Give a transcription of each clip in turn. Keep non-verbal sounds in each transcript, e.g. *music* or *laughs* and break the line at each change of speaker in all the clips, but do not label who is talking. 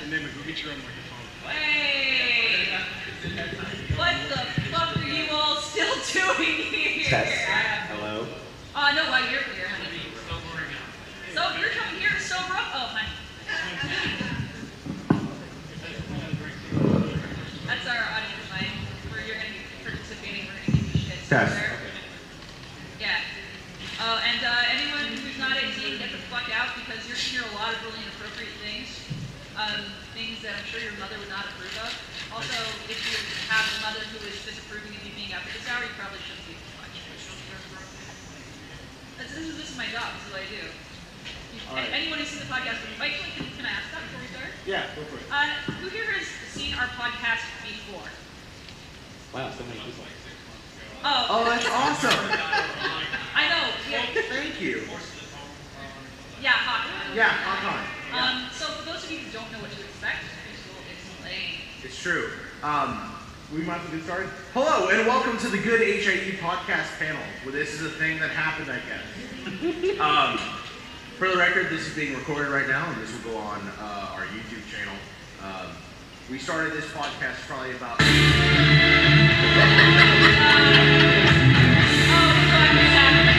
And then we go get your own microphone.
Wait! What the fuck are you all still doing here?
Test. Hello.
Oh, no, why you're here, honey. So you're coming here to sober up? Oh, honey. That's our audience, Mike. Where you're going to be participating, we're going to give you shit. So
Test.
there- Yeah. Oh, and uh, anyone who's not 18, get the fuck out because you're going to hear a lot of really inappropriate things. Um, things that I'm sure your mother would not approve of. Also, if you have a mother who is disapproving of you being out at this hour, you probably shouldn't be watching. This this is, this is my job. This is what I do. You-
All right.
Anyone who's seen the podcast, wait, wait, can, can I ask that before we start?
Yeah, go for it.
Uh, who here has seen our podcast before?
Wow, so many people.
Oh,
Oh, that's awesome.
I know. Yeah,
Thank you.
yeah, hot.
Yeah, uh-huh. hop on.
Um, so for those of you who don't know what to expect, it's a little- it's lame.
It's true. Um, we might have to get started. Hello and welcome to the Good HIE podcast panel. Well, this is a thing that happened, I guess. um, for the record, this is being recorded right now, and this will go on uh, our YouTube channel. Um, we started this podcast probably about.
Oh, so I'm just happy.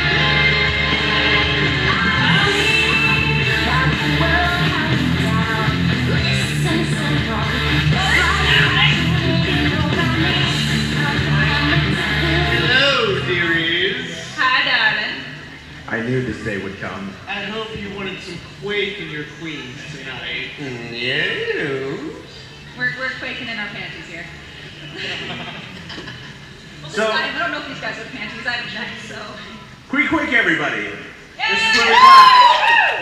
Hello, dearies.
Hi, darling.
I knew this day would come.
I hope you wanted some Quake in your Queens tonight.
No.
We're, we're quaking in our panties here. well,
So-
this time, I don't know if these guys have panties. I haven't checked, so.
Quick, quick, everybody. This is where we
Yay!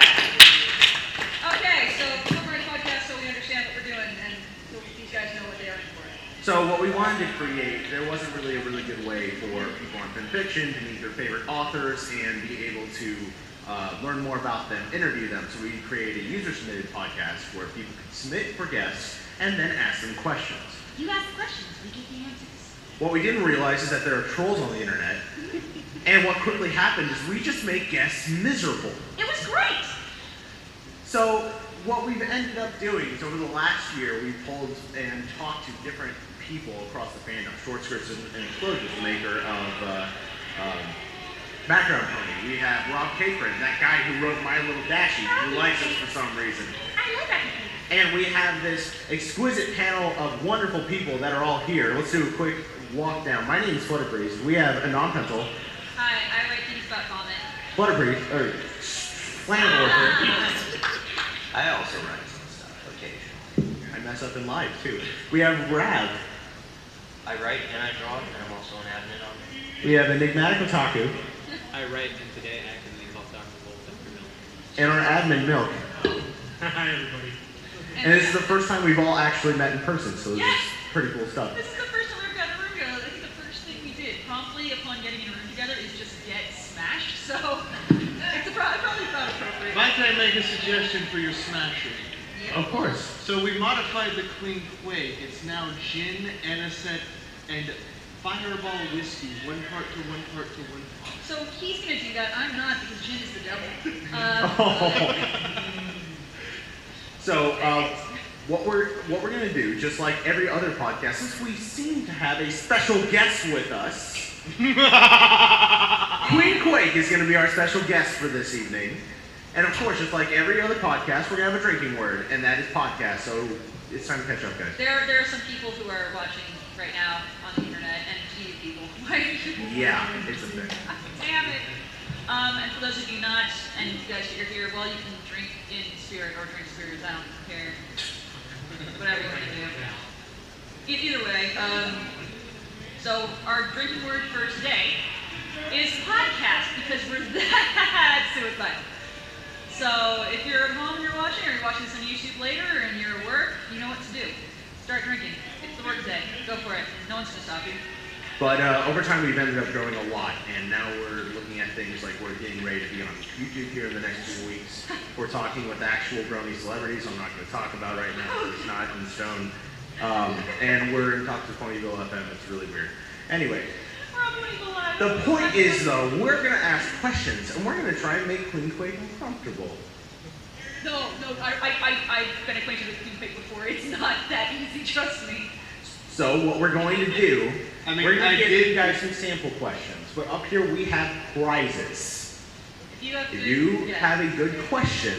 Okay, so cover our podcast so we understand what we're doing and so these guys know what they are in for.
So what we wanted to create, there wasn't really a really good way for people on fanfiction to meet their favorite authors and be able to uh, learn more about them, interview them. So we created a user-submitted podcast where people could submit for guests and then ask them questions.
You ask questions, we get the answers.
What we didn't realize is that there are trolls on the internet, and what quickly happened is we just make guests miserable.
It was great!
So what we've ended up doing is over the last year, we've pulled and talked to different people across the fandom. Short Skirts and, and Closures, the maker of uh, um, Background Pony. We have Rob Capron, that guy who wrote My Little Dashie, who likes us for some reason.
I love everything.
And we have this exquisite panel of wonderful people that are all here. Let's do a quick walk down. My name is Flutterbreeze. We have a non-pencil,
Hi, I write things about vomit.
Flutterbreeze, or Flammable.
I also write some stuff occasionally.
I mess up in live too. We have Rav.
I write and I draw, and I'm also an admin on it.
We have Enigmatic Otaku
I write and today I actively love Dr. Wolf after milk.
and our admin Milk.
*laughs* Hi, everybody.
And this is the first time we've all actually met in person, so this
Yes!
is pretty cool stuff.
This is the first time we've got in a room together. I think the first thing we did promptly upon getting in a room together is just get smashed. So *laughs* it's a pro- probably about appropriate.
If I can make a suggestion for your smashing.
Yeah.
Of course. *laughs*
So we modified the Queen Quake. It's now gin, anisette, and fireball whiskey. One part to one part to one part.
So he's gonna do that. I'm not because Jin is the devil. Um,
*laughs* so uh, what we're what we're gonna do, just like every other podcast, is we seem to have a special guest with us.
*laughs*
Queen Quake is gonna be our special guest for this evening. And of course, just like every other podcast, we're gonna have a drinking word, and that is podcast, so it's time to catch up, guys.
there, there are some people who are watching right now on the internet, and to you people, *laughs* why are you?
Yeah, it's a thing.
Damn it. Um, and for those of you not, and you guys that are here, well, you can drink in spirit or drink spirits. I don't care. Whatever you want to do. E- Either way, um, so our drinking word for today is podcast because we're *laughs* that suicidal. So if you're at home and you're watching, or you're watching this on YouTube later, and you're at work, you know what to do. Start drinking. It's the word today. Go for it. No one's gonna stop you.
But uh, over time, we've ended up growing a lot, and now we're looking at things like we're getting ready to be on YouTube here in the next few
*laughs*
weeks. We're talking with actual brony celebrities. I'm not going to talk about right now. 'cause It's not in stone. Um, and we're in talks with Ponyville FM. It's really weird. Anyway,
We're all doing the live.
the point is though, we're going to ask questions, and we're going to try and make Queen Quake uncomfortable.
No, no, I, I, I, I've been acquainted with Queen Quake before *laughs*
So what we're going to do,
I mean,
we're going
I
to give
did-
you guys some sample questions. But up here we have prizes.
If you have.
If you
yeah.
have a good question,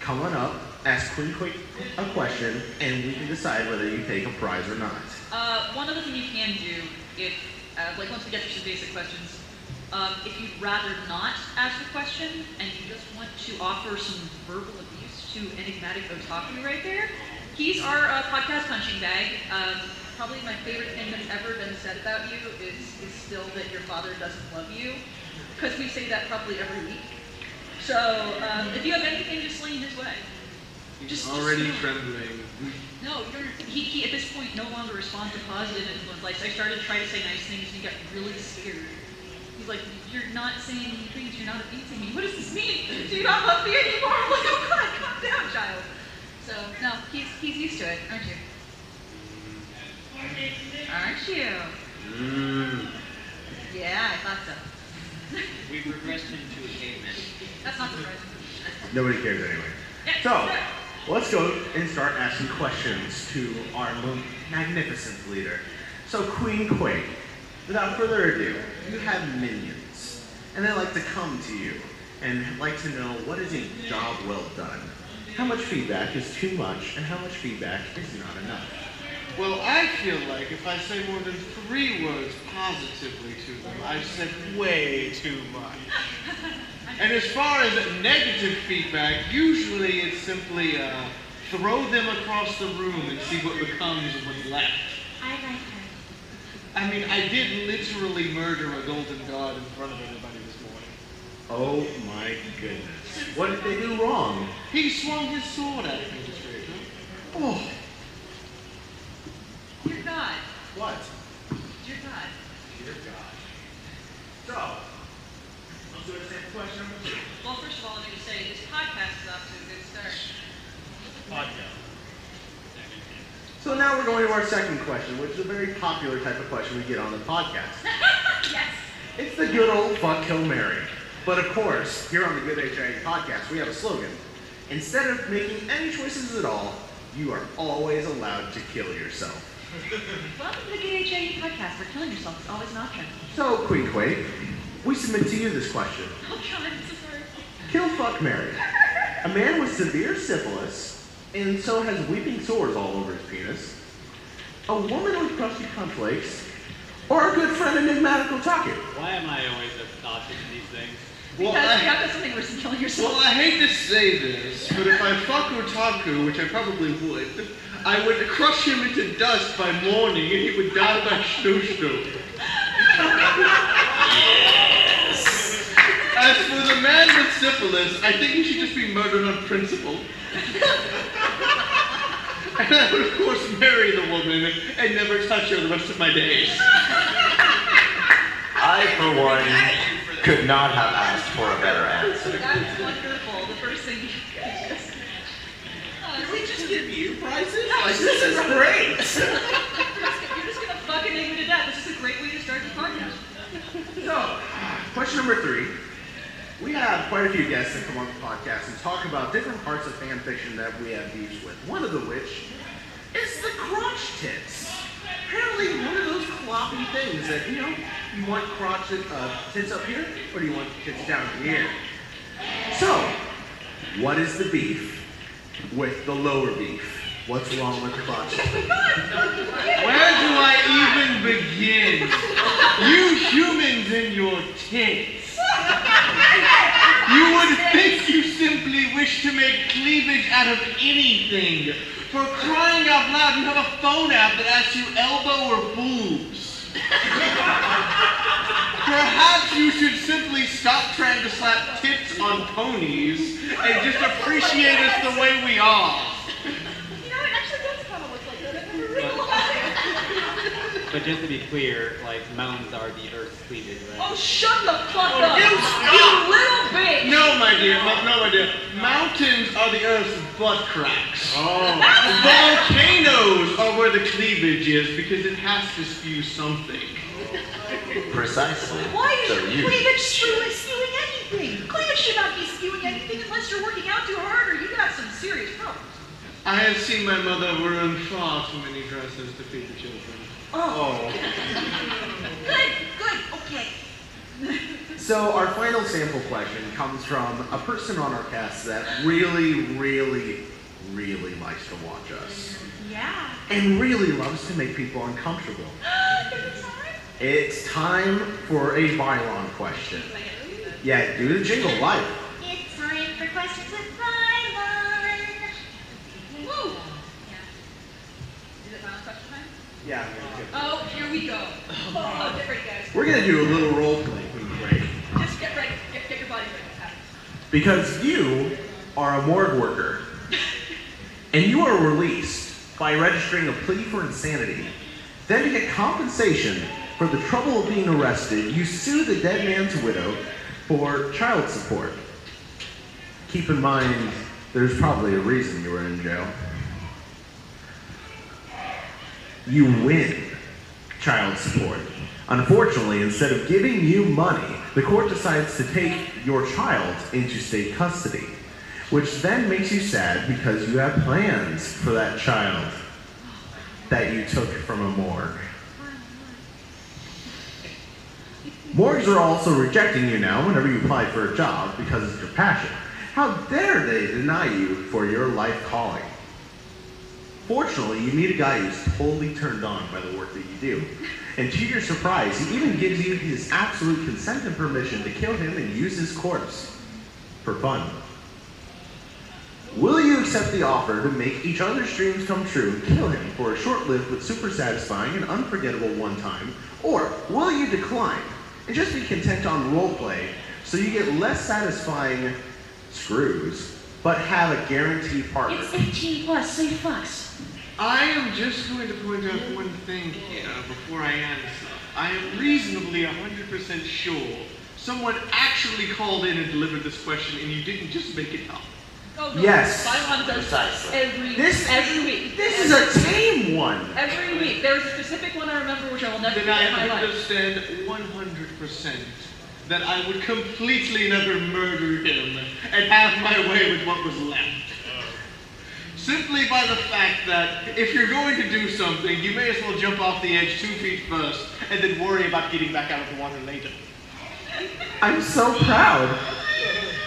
come on up, ask Queen Quick a question, and we can decide whether you take a prize or not.
Uh, one other thing you can do, if uh, like once we get to some basic questions, um, if you'd rather not ask a question and you just want to offer some verbal abuse to enigmatic otaku right there, he's our uh, podcast punching bag. Um, probably my favorite thing that's ever been said about you is is still that your father doesn't love you, because we say that probably every week. So um, if you have anything, just lean his way. Just-
He's
just
already
do it.
trembling.
No, you're, he, he at this point no longer responds to positive influence. Like I started trying to say nice things and he got really scared. He's like, you're not saying any things, you're not abusing me. What does this mean? *laughs* Do you not love me anymore? I'm like, oh god, calm down, child. So, no, he's, he's used to it, aren't you? Aren't you?
Mm.
Yeah, I thought so.
We've regressed him to a caveman.
That's not surprising.
Nobody cares anyway.
Yeah, *laughs*
So,
sure.
let's go and start asking questions to our mo- magnificent leader. So, Queen Quake, without further ado, you have minions, and they like to come to you and like to know what is a job well done. How much feedback is too much, and how much feedback is not enough?
Well, I feel like if I say more than three words positively to them, I've said way too much. And as far as negative feedback, usually it's simply uh, throw them across the room and see what becomes of what's left.
I like her.
I mean, I did literally murder a golden god in front of everybody this morning.
Oh my goodness. What did they do wrong?
He swung his sword at me just right
Oh,
Dear God,
what?
dear God.
Dear God. So, let's do the same question number two.
Well, first of all, I need to say this podcast is off to a good start.
So now we're going to our second question, which is a very popular type of question we get on the
*laughs*
podcast.
Yes.
It's the good old fuck kill Mary. But of course, here on the Good HIA podcast, we have a slogan. Instead of making any choices at all, you are always allowed to kill yourself.
Welcome to the Good HIE E podcast, where killing yourself is always an option.
So, Queen Quake, we submit to you this question.
Oh god, I'm so sorry.
Kill fuck Mary. A man with severe syphilis, and so has weeping sores all over his penis. A woman with crusty cornflakes, or a good friend enigmatic otaku.
Why am I always obnoxious to these things?
now.
Because you have to have something worse than killing yourself.
Well, I hate to say this, but if I fuck Otaku, which I probably would, I would crush him into dust by morning and he would die by shnoshno. As for the man with syphilis, I think he should just be murdered on principle. and I would, of course, marry the woman and never touch her the rest of my days.
I, for one, could not have asked for a better answer.
That's wonderful. The first thing you just. Uh,
we just give you prizes? Like, this
*laughs*
is great!
you're, just, you're just gonna fucking hang me to death. This is a great way to start the podcast.
so, question number three. We have quite a few guests that come on the podcast and talk about different parts of fan fiction that we have beefs with. One of the which is the crotch tits. Apparently, one of those floppy things that, you know, you want crotch tit- uh, tits up here, or do you want tits down here? So, what is the beef with the lower beef? What's wrong with the crotch tits?
Where do I even begin? You humans and your tits. You would think you simply wish to make cleavage out of anything. For crying out loud, you have a phone app that asks you elbow or boobs. Perhaps you should simply stop trying to slap tits on ponies and just appreciate us the way we are.
You know what? Actually, that's probably like that. I've never realized.
But just to be clear, like mountains are the earth's cleavage, right?
Oh, shut the fuck up!
you stop.
little bitch!
No, my dear, no, no, my dear. Mountains are the Earth's butt cracks.
Oh.
*laughs* Volcanoes are where the cleavage is because it has to spew something.
Precisely.
Why is
So
your
you-
cleavage spewing, spewing anything?
Cleavage should not be skewing anything unless you're working out too hard or you got some serious problems.
I have seen my mother ruin far too many dresses to feed the children.
Oh.
Good, good, okay.
So our final sample question comes from a person on our cast that really, really, really likes to watch us
Yeah. *gasps*
and really loves to make people uncomfortable.
Give it time.
It's time for a Bylon question. Yeah, do the jingle live.
It's time for questions with Byron.
Woo! Yeah. Is it final question time?
Yeah.
Oh, here we go.
Oh, get ready, guys.
We're gonna do a little role playing break
Just get ready. Get, get your body ready.
because you are a morgue worker and you are released by registering a plea for insanity. Then to get compensation for the trouble of being arrested, you sue the dead man's widow for child support. Keep in mind, there's probably a reason you were in jail. you win child support. Unfortunately, instead of giving you money, the court decides to take your child into state custody, which then makes you sad because you have plans for that child that you took from a morgue. Morgues are also rejecting you now whenever you apply for a job because it's your passion. How dare they deny you for your life calling? Fortunately, you meet a guy who's totally turned on by the work that you do. And to your surprise, he even gives you his absolute consent and permission to kill him and use his corpse for fun. Will you accept the offer to make each other's dreams come true and kill him for a short lived but super satisfying and unforgettable one time? Or will you decline and just be content on roleplay so you get less satisfying screws but have a guaranteed partner?
18 plus, so you fucks.
I am just going to point out one thing here before I answer. I am reasonably 100% sure someone actually called in and delivered this question and you didn't just make it up.
Go, go.
Yes.
Byron does this
Precisely.
every,
This-
every week.
This is a tame one.
Every week. There was a specific one I remember which I will never
Then
forget in my
I
life.
understand 100% that I would completely never murder him and have my way with what was left. Simply by the fact that if you're going to do something, you may as well jump off the edge two feet first and then worry about getting back out of the water later.
I'm so proud.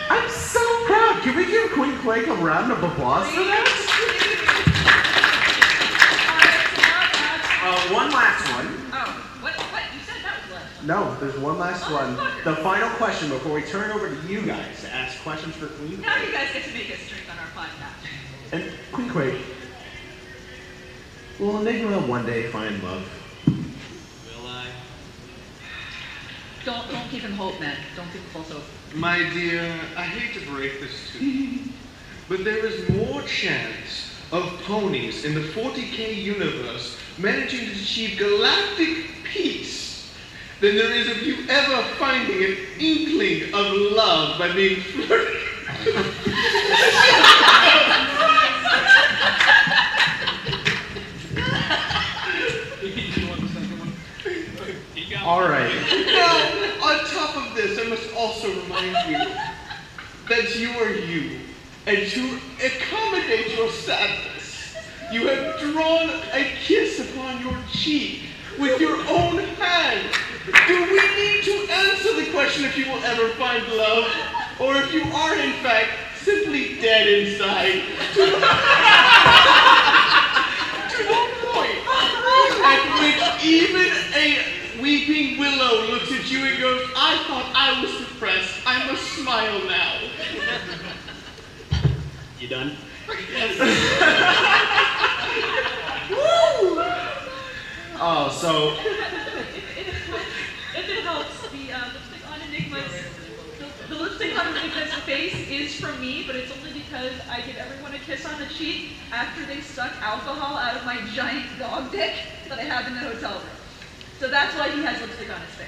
I'm so proud. Can we give Queen Quake a round of applause for that? Uh, one last one.
*laughs* Oh, what, what? You said that was left.
No, there's one last one. The final question before we turn it over to you guys to ask questions for Queen
Now you
Quake.
guys get to make us drink on our podcast.
And Queen Quake, will Enigma one day find love?
Will I?
Don't, don't give him hope, man. Don't give him false hope.
My dear, I hate to break this to you, but there is more chance of ponies in the 40k universe managing to achieve galactic peace than there is of you ever finding an inkling of love by being flirted.
you want the second one? He got
All right.
Now, on top of this, I must also remind you that you are you, and to accommodate your sadness, you have drawn a kiss upon your cheek with your own hand. Do we need to answer the question if you will ever find love, or if you are in fact simply dead inside? to the point at which even a weeping willow looks at you and goes, I thought I was depressed. I must smile now.
You done?
Oh, so
If it helps, the uh, lipstick on Enigma's the, the lipstick on Enigma's face is from me, but it's only because I give everyone a kiss on the cheek after they suck alcohol out of my giant dog dick that I have in the hotel room. So that's why he has lipstick on his face.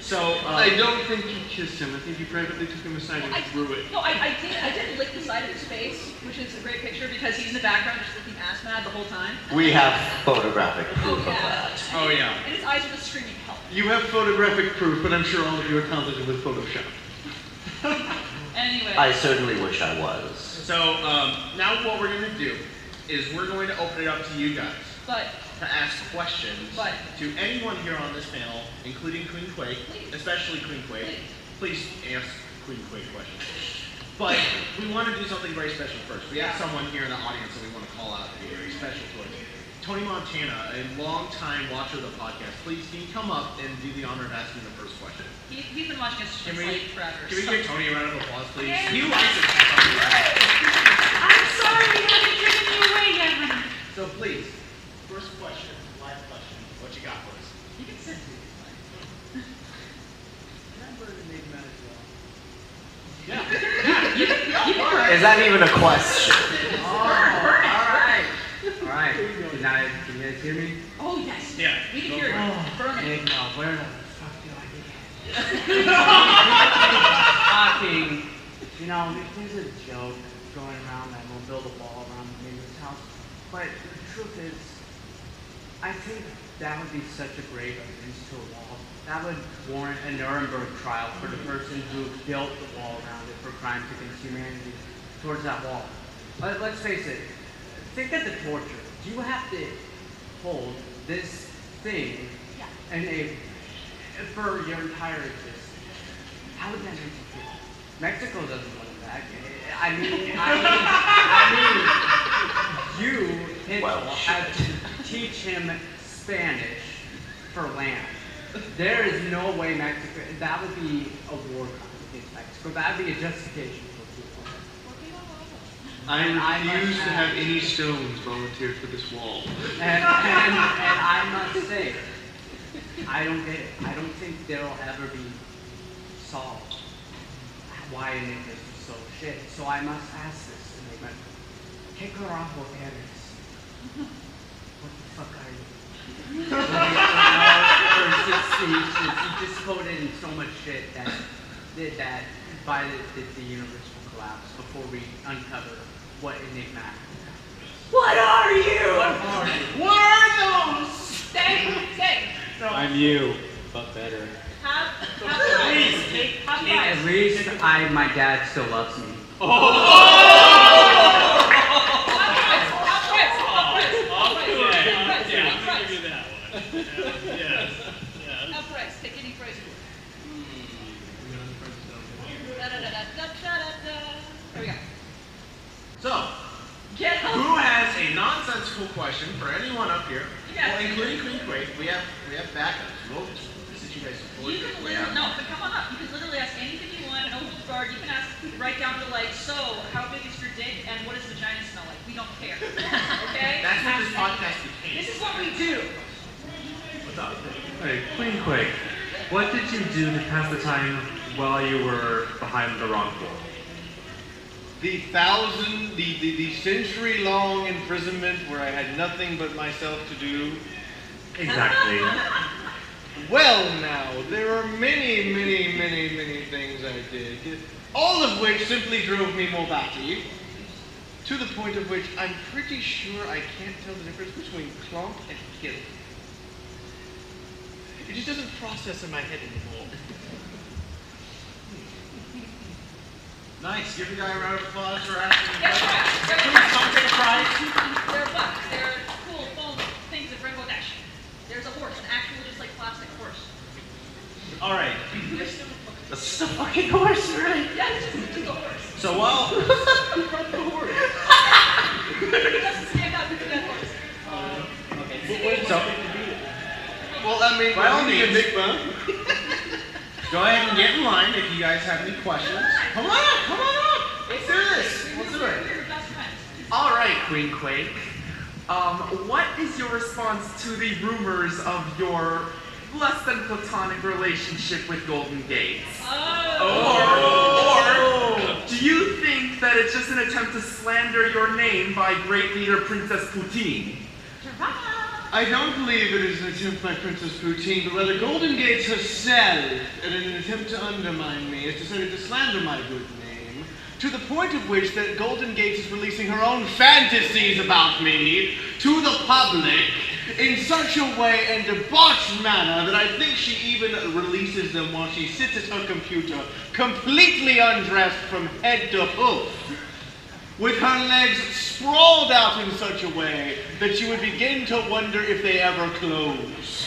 so uh,
I don't think you kissed him. I think you privately took him aside and
I,
threw it.
no, I, I did I did lick the side of his face, which is a great picture because he's in the background just looking ass mad the whole time.
We have photographic
Oh
proof of
yeah.
that.
Oh, yeah.
And his eyes are just screaming help.
You have photographic proof, but I'm sure all of you are talented with Photoshop.
Anyway.
I certainly wish I was.
So um, now what we're going to do is we're going to open it up to you guys
But
to ask questions
But-
to anyone here on this panel, including Queen Quake,
Please.
especially Queen Quake. Please ask Queen Quake questions. But we want to do something very special first. We have someone here in the audience that we want to call out to be very special to us. Tony Montana, a longtime watcher of the podcast, please can you come up and do the honor of asking the first question?
he, he's been watching us
Can
since
we-
like forever.
Can we
so-
give Tony a round of applause, please?
Yeah.
He likes it.
I'm sorry we haven't given you away yet, Renee.
So please, first question, live question. What you got for us?
You can sit. dude.
Yeah.
Is that even a question?
All right, can I, can you guys hear me?
Oh, yes.
Yeah.
We can hear
Oh.
it. Burn it.
Big no, where the fuck do I begin? Fucking, you know, there's a joke going around that we'll build a wall around the neighbor's house, but the truth is, I think that would be such a grave offense to a wall. That would warrant a Nuremberg trial for the person who built the wall around it for crimes against humanity towards that wall. But let's face it, think of the torture. You have to hold this thing
Yeah.
and a for your entire existence. How would that make you feel? Mexico doesn't want it back. I mean, I mean, I mean you, Hitler,
Well,
have to teach him Spanish for land. There is no way Mexico, that would be a war crime against Mexico. That would be a justification for people.
Working on all of us.
I
I must
refuse to have
ask.
any stones volunteered for this wall.
And, and, and I must say, I don't get it. I don't think they'll ever be solved. Why Enigmas is so shit. So I must ask this Enigma. Kick her off with Paris. What the fuck are you? She just voted in so much shit that that, that by the, that the universe will collapse before we uncover what Enigma
What are you?
What are those?
Stay, stay.
I'm you, but better.
Have, have fun. Have fun.
At least I, my dad still loves me.
So, who has a nonsensical question for anyone up here?
Yeah.
Well, including Queen Quake. We have we have backups. We'll sit you guys forward.
You can literally, no, but come on up. You can literally ask anything you want, no holds barred. You can ask right down to like, so how big is your dick and what does vagina smell like? We don't care. Okay?
That's what this podcast
This
became.
is what we do.
What's up?
Hey, Queen Quake, what did you do to pass the time while you were behind the wrong wall?
The thousand, the, the, the century long imprisonment where I had nothing but myself to do.
Exactly.
Well, now, there are many, many, many, many things I did, all of which simply drove me more back to you. To the point of which I'm pretty sure I can't tell the difference between clomp and kill. It just doesn't process in my head anymore.
Nice. Give the guy a round of applause for asking.
That's
the
right. They're bucks.
question. Someone take a prize.
They're bucks. They're cool, foam things of Bangladesh. There's a horse, an actual just like plastic horse.
All right.
It's a fucking horse, right?
Yeah, it's just, just a horse.
So while
It doesn't stand up. It's a dead horse.
so,
Well, I mean,
By all
we need a
means.
big bump.
*laughs* go ahead and get in line if you guys have any questions. Come on up. Come on up. Let's do this. Let's do it.
We're your best friends.
All right, Queen Quake. Um, what is your response to the rumors of your less than platonic relationship with Golden Gates?
Oh,
Or, or do you think that it's just an attempt to slander your name by great leader Princess Poutine?
I don't believe it is an attempt by Princess Poutine, but rather Golden Gates herself, in an attempt to undermine me, has decided to slander my good name, to the point of which that Golden Gates is releasing her own fantasies about me to the public in such a way and debauched manner that I think she even releases them while she sits at her computer, completely undressed from head to hoof. with her legs sprawled out in such a way that you would begin to wonder if they ever close.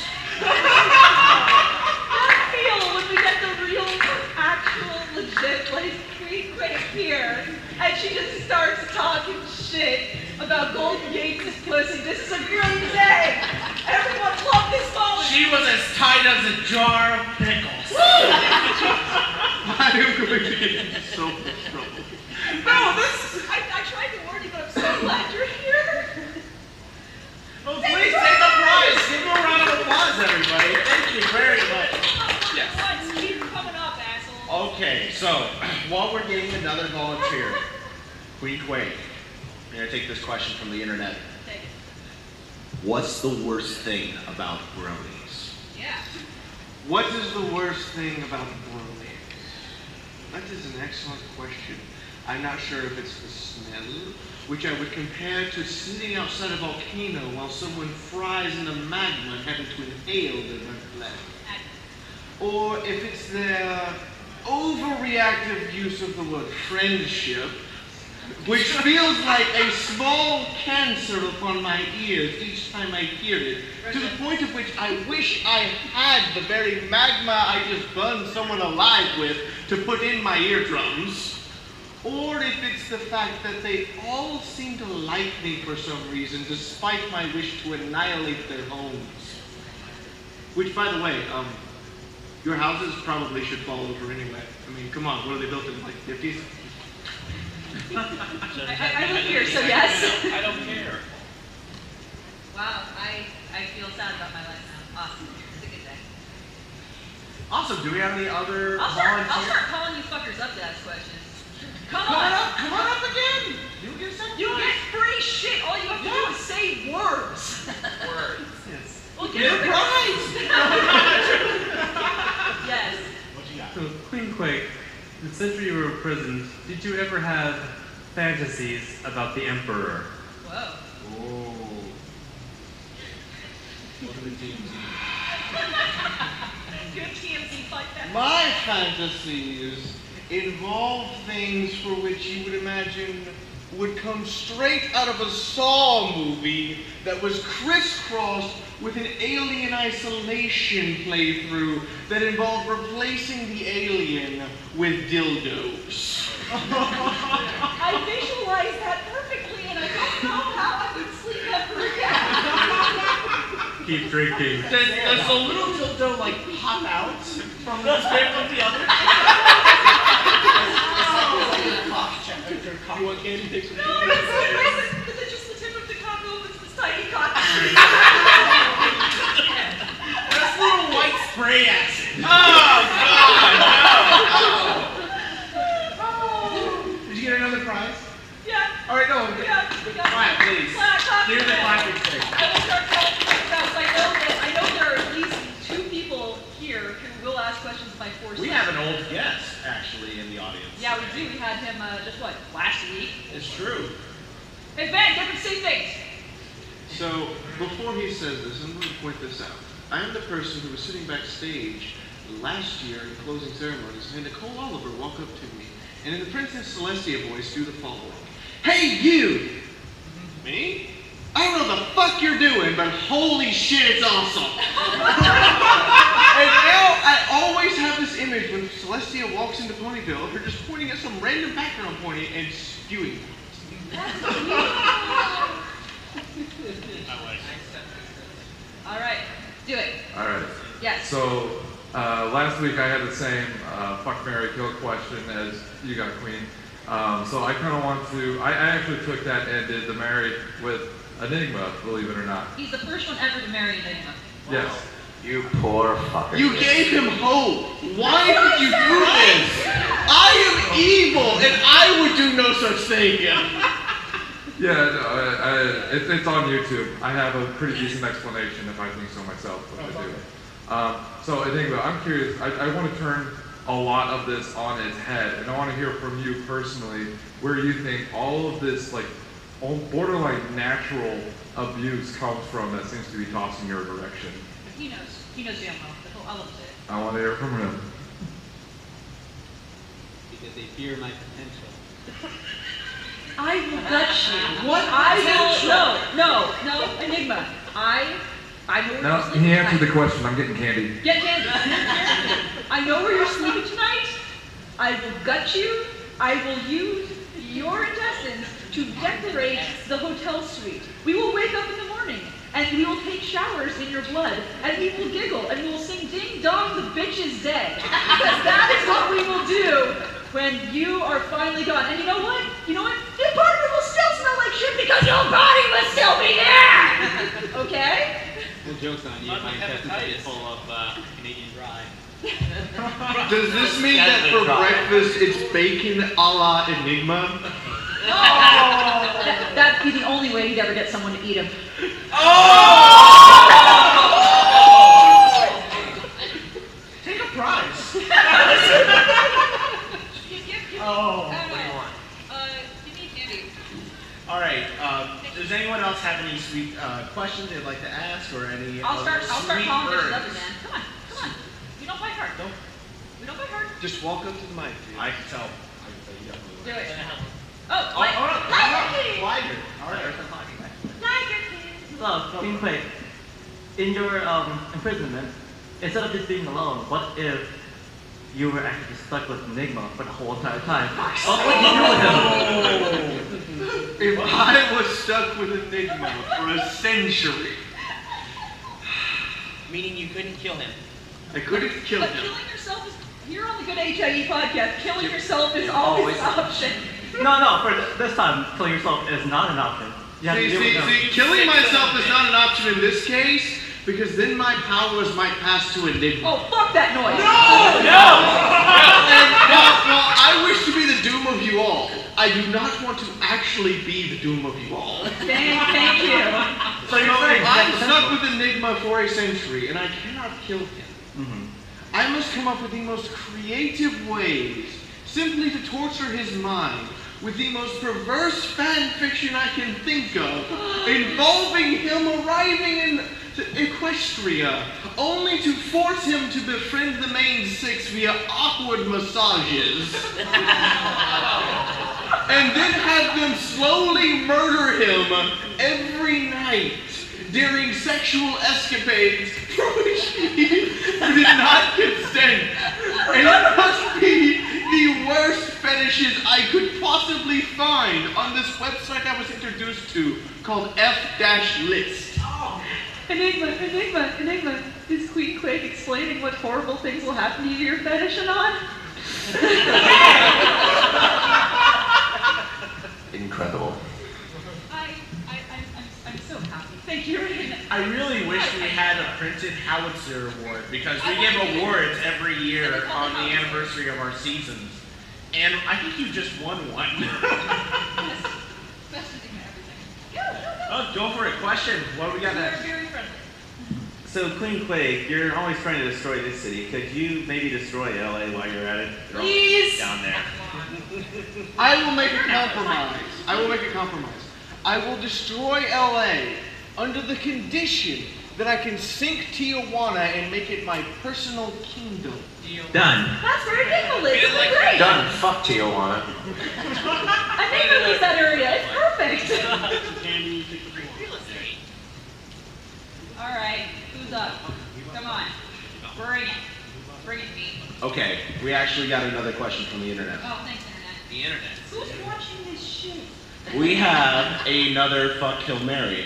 I feel when we get the real, actual, legit, like, Great Quake here, and she just starts talking shit about Golden Yates' pussy. This is a great day. Everyone love this moment.
She was as tight as a jar of pickles.
*laughs* I am going to get in so much trouble.
No, this.
I, I tried to warn you, but I'm so glad you're here.
Oh, please take the prize. Give her a round of applause, everybody. Thank you very much.
Yes. keep coming up, asshole.
Okay, so
*clears throat*
while we're getting another volunteer, Queen Quake, I'm gonna take this question from the internet.
*laughs* Thank you.
What's the worst thing about bronies?
Yeah.
What is the worst thing about bronies? That is an excellent question. I'm not sure if it's the smell, which I would compare to sitting outside a volcano while someone fries in the magma and having to inhale the burnt flesh. Or if it's their overreactive use of the word friendship, which feels like a small cancer upon my ears each time I hear it, to the point of which I wish I had the very magma I just burned someone alive with to put in my eardrums. Or if it's the fact that they all seem to like me for some reason, despite my wish to annihilate their homes. Which, by the way, um, your houses probably should fall over anyway. I mean, come on, what are they built in, like 50s?
I, I, I live here, so yes.
I don't care.
Wow, I, I feel sad about my life now. Awesome. It's a good day.
Awesome, do we have any other
I'll start, I'll
volunteers?
start calling you fuckers up to ask questions. Come
Come on
on!
up, come on up again! You get some.
You get free shit. All you have to do is say words.
*laughs*
Word.
Yes.
We'll
Get
give
a
it.
*laughs* prize!
Yes.
What you got?
So, Queen Quake, since you were imprisoned, did you ever have fantasies about the Emperor?
Whoa.
Good TMZ fight that.
My fantasies involve things for which you would imagine would come straight out of a Saw movie that was crisscrossed with an alien isolation playthrough that involved replacing the alien with dildos.
I visualized that perfectly, and I don't know how I could sleep ever again.
Keep drinking.
Does, does the little dildo like pop out from the tip of the other?
You want candy? Take some
No,
candy.
it's so racist because it's just the tip of the cock opens this tiny cock.
That's little white spray action.
Oh,
Did you get another prize?
yeah,
All right, no.
yeah, we got
Quiet, please.
Clap, clap,
Here's the
clap.
clapping thing.
I will start calling folks out. I know that I know there are at least two people here who will ask questions if I force
We
them.
have an old guest, actually, in the audience.
Yeah, we do. We had him uh, just what last week.
It's true.
Hey Ben, get them safe things.
So, before he says this, I'm going to point this out. I am the person who was sitting backstage last year in closing ceremonies, and Nicole Oliver walk up to me, and in the Princess Celestia voice, do the following. Hey, you! Me? I don't know the fuck you're doing, but holy shit, it's awesome! *laughs* and now I always have this image when Celestia walks into Ponyville of her just pointing at some random background pointing and spewing.
All right, do it.
All right.
Yes.
So uh, last week I had the same uh, fuck Mary kill question as you got Queen. Um, so I kind of want to. I, I actually took that and did the Mary with Enigma, believe it or not.
He's the first one ever to marry an enigma.
Yes.
You poor fucker.
You gave him hope. Why did you do this? I am evil, and I would do no such thing.
Yeah. No, I, I, it, it's on YouTube. I have a pretty decent explanation if I think so myself. What I do. Um, so Enigma, I'm curious. I, I want to turn a lot of this on its head, and I want to hear from you personally where you think all of this like al- borderline natural abuse comes from that seems to be tossed in your direction.
He knows. He knows damn well. The whole all of it.
I want to hear from him.
because they fear my potential.
I will gut *laughs* you.
What
I
potential?
will, no, no, no, Enigma. I, I know where
No,
you're sleeping
he answered
tonight.
the question. I'm getting candy.
Get candy. I know where you're sleeping tonight. I will gut you. I will use your intestines to decorate the hotel suite. We will wake up in the morning and we will take showers in your blood and we will giggle and we will sing ding dong the bitch is dead. Because that is what we will do when you are finally gone. And you know what? You know what? The apartment will still smell like shit because your body will still be there. *laughs* Okay?
Well, joke's on you. My intestines are full of uh, Canadian dry.
Does this mean that for breakfast it's bacon a la Enigma?
That, Oh. that'd be the only way he'd ever get someone to eat him.
Take a prize.
Oh.
What do you want?
Uh, give me candy.
All right. Uh, does anyone else have any sweet uh, questions they'd like to ask or any?
I'll start.
other
I'll start
sweet
calling bitches
words?
up again. Come on, come on. We don't fight hard. Don't. We don't fight hard.
Just walk up to the mic. Dude. I can tell. I can tell you definitely.
Do it.
Oh,
Oh,
all
like, like,
right, all right, all right, all right.
Love, being quick. In your um, imprisonment, instead of just being alone, what if you were actually stuck with Enigma for the whole entire time? Oh, What would you do with him?
If I was stuck with Enigma for a century,
Meaning you couldn't kill him.
I couldn't kill
But
him.
killing yourself is, here on the Good HIE podcast, killing yourself is always an option.
No, no, for th- this time, kill yourself is not an option. You have to
See,
deal with
see,
him.
see, killing myself is not an option in this case because then my powers might pass to Enigma.
Oh, fuck that noise.
And, well, well, I wish to be the doom of you all. I do not want to actually be the doom of you all.
Thank, thank you.
So I'm stuck with Enigma for a century, and I cannot kill him. I must come up with the most creative ways simply to torture his mind with the most perverse fan fiction I can think of involving him arriving in to Equestria only to force him to befriend the main six via awkward massages and then have them slowly murder him every night during sexual escapades *laughs* for which he did not consent. And it must be the worst fetishes I could possibly find on this website I was introduced to called F-List.
Enigma, Enigma, Enigma. Is Queen Quake explaining what horrible things will happen to you to your fetish and on?
Incredible.
I, I, I'm, I'm, I'm so happy. Thank you.
I really wish we had a printed Howitzer award because we give awards every year on the anniversary of our seasons. And I think you just won one. *laughs* oh, go for it. Question. What do we got next?
Very friendly.
So, Queen Quake, you're always trying to destroy this city. Could you maybe destroy LA while you're at it? They're all
Please.
Down there.
I will make a compromise. I will make a compromise. I will destroy LA under the condition that I can sink Tijuana and make it my personal kingdom.
Done.
That's very Enigma It's great.
Done.
*laughs*
Fuck Tijuana.
Enigma was that area. It's
*laughs*
perfect.
*laughs* All right, who's up? Come on, bring it. Bring it, me.
Okay, we actually got another question from the internet.
Oh, thanks, internet.
The internet.
Who's watching this shit?
We have another fuck kill Mary.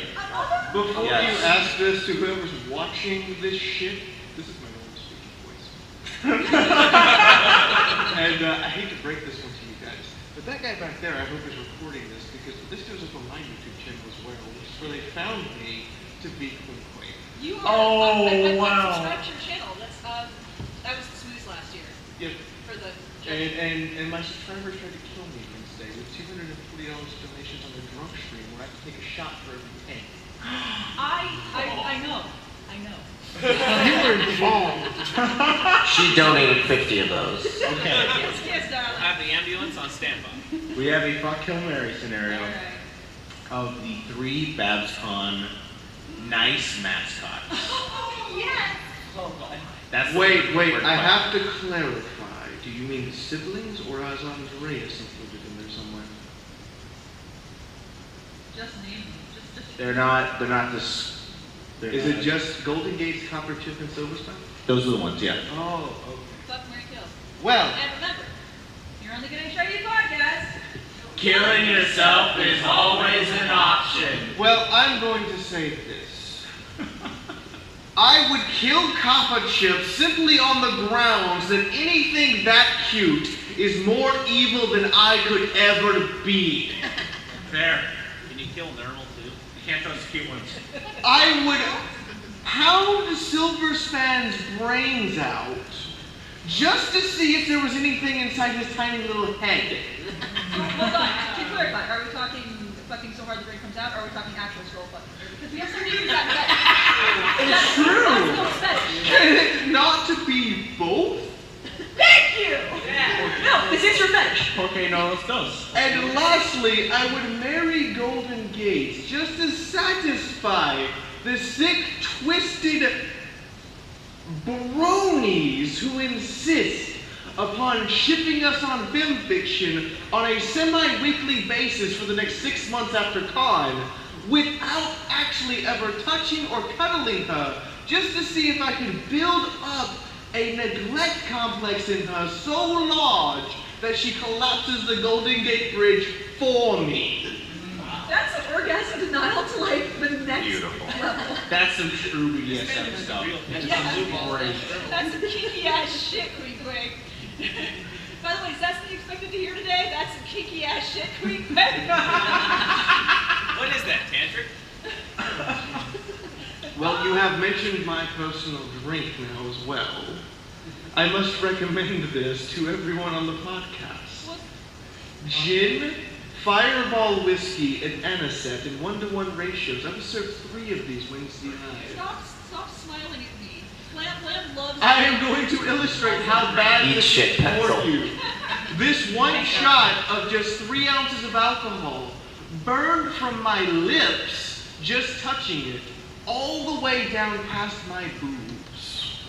Before
Yes.
you ask this to whoever's watching this shit, this is my normal speaking voice. *laughs* and uh, I hate to break this one to you guys, but that guy back there, I hope is recording this because this goes up on my YouTube channel as well, which is where they found me to be Quinquay.
You are.
Oh,
I, I, I
wow.
Subscribe to your channel. That's um, that was the smooth last year
Yep.
for the.
And, and, and my subscribers tried to kill me Wednesday with $240 donations on the drunk stream where I have to take a shot for every 10.
I, I, I know, I know.
you were involved.
She donated 50 of those.
Yes, yes, darling.
I have the ambulance on standby.
We have a fuck kill Mary scenario
*laughs*
of the three BabsCon nice mascots.
Yes.
Oh, God.
That's the
wait,
word
wait.
question.
I have to clarify. Do you mean siblings or as Andreas included in there somewhere?
Just name, just the.
They're not. They're not this. they're
Is it
not-
just Golden Gate's Copper Chip and Silver Stone?
Those are the ones. Yeah.
Oh, okay.
Fuck, Mary Kill.
Well-
And remember, you're only gonna try your podcast.
Killing yourself is always an option.
Well, I'm going to say this. I would kill Copper Chip simply on the grounds that anything that cute is more evil than I could ever be.
Fair. Can you kill normal too? You can't throw those cute ones.
I would pound Silver Span's brains out just to see if there was anything inside his tiny little head. *laughs*
Hold on, to clarify, are we talking fucking so hard the brain comes out, or are we talking actual skull fucking? Because we have somebody who's got that.
It's
That's- that's still fetish.
true. Not to be both.
Thank you! No, this is your fetish.
Okay, no, let's go.
And lastly, I would marry Golden Gates just to satisfy the sick, twisted bronies who insist upon shipping us on film fiction on a semi-weekly basis for the next six months after con without actually ever touching or cuddling her just to see if I could build up a neglect complex in her so large that she collapses the Golden Gate Bridge for me.
That's an orgasm denial to like the next level.
That's some true BDSM stuff. That's some
Yeah.
great-
That's some kinky ass shit, Queen
*laughs*
Quake. By the way, is that something you expected to hear today? That's some kinky ass shit,
*laughs*
Queen Quake.
What is that, tantric?
Well, you have mentioned my personal drink now as well. I must recommend this to everyone on the podcast. Gin, fireball whiskey, and anisette in one-to-one ratios. I was served three of these Wednesday night.
Stop, stop smiling at me. Lamb, Lamb loves.
I am going to illustrate how bad
Eat
this
shit,
is for
Pencil.
you. This one shot of just three ounces of alcohol burned from my lips, just touching it, all the way down past my boobs.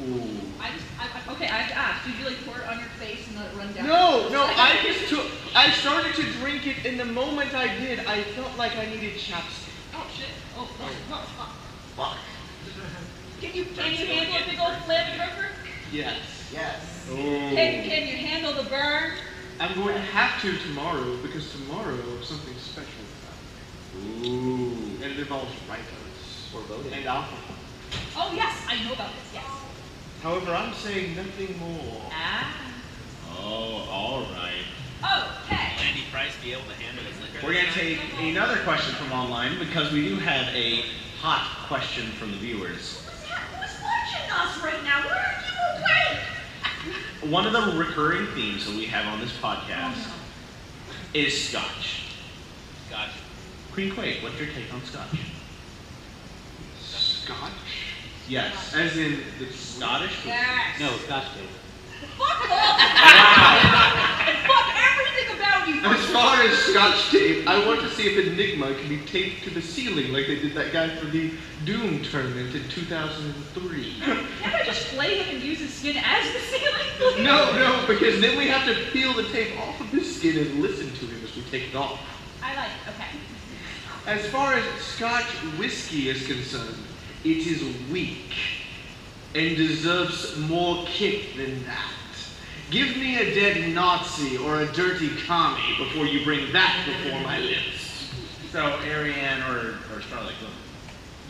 Ooh.
I just, I, I- okay, I have to ask, did you like pour it on your face and let it run down?
No, no, I just took, I started to drink it, and the moment I did, I felt like I needed chapstick.
Oh shit, oh, fuck, fuck, fuck.
Fuck.
Can you,
Can you handle a big old lamb river?
Yes. Yes.
Can,
Oh.
can you handle the burn?
I'm going to have to tomorrow, because tomorrow something special is happening. Ooh. And it involves rifles. Or voting. And alcohol.
Oh, yes, I know about this, yes.
Oh. However, I'm saying nothing more.
Ah.
Oh, all right.
Okay.
Andy Price be able to handle his liquor.
We're going to take another question from online because we do have a hot question from the viewers.
Who's watching us right now? Where are you awake?
One of the recurring themes that we have on this podcast is scotch.
Scotch.
Queen Quake, what's your take on scotch?
Scotch?
Yes.
As in the *laughs* Scottish?
Yes.
No, scotch tape.
Fuck all.
*laughs*
Fuck everything about you.
As far as scotch tape, I want to see if Enigma can be taped to the ceiling like they did that guy for the Doom tournament in 2003.
Can't I just flay him and use his skin as the ceiling?
*laughs* No, no, because then we have to peel the tape off of his skin and listen to him as we take it off.
I like it, okay.
As far as Scotch whiskey is concerned, it is weak and deserves more kick than that. Give me a dead Nazi or a dirty commie before you bring that before my lips.
So, Ariane or, or Starlight Gloom?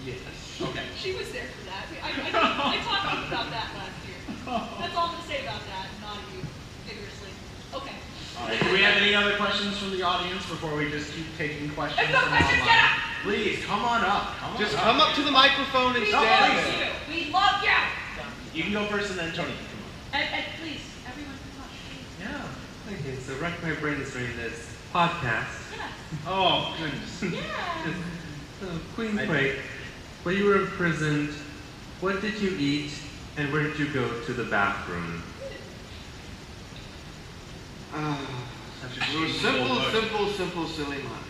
Yes.
Okay.
She was there for that. I, I, I talked to you about that last year. That's all I'm gonna say about that. Not you, vigorously. Okay.
All right. Do we have any other questions from the audience before we just keep taking questions
There's no
from
questions,
online?
get up!
Please come on up. Come on
Just
up.
come up to the microphone and
We
stand
love
there.
you. We love you.
You can go first, and then Tony.
And, and please, everyone can watch, please.
Yeah. Okay, so wreck my brains during this podcast.
Yeah.
Oh goodness.
Yeah.
so, Uh, Queen Quake, when you were imprisoned, what did you eat, and where did you go to the bathroom?
Ah,
Such a
your
shameful
simple,
look.
simple, simple, silly mind.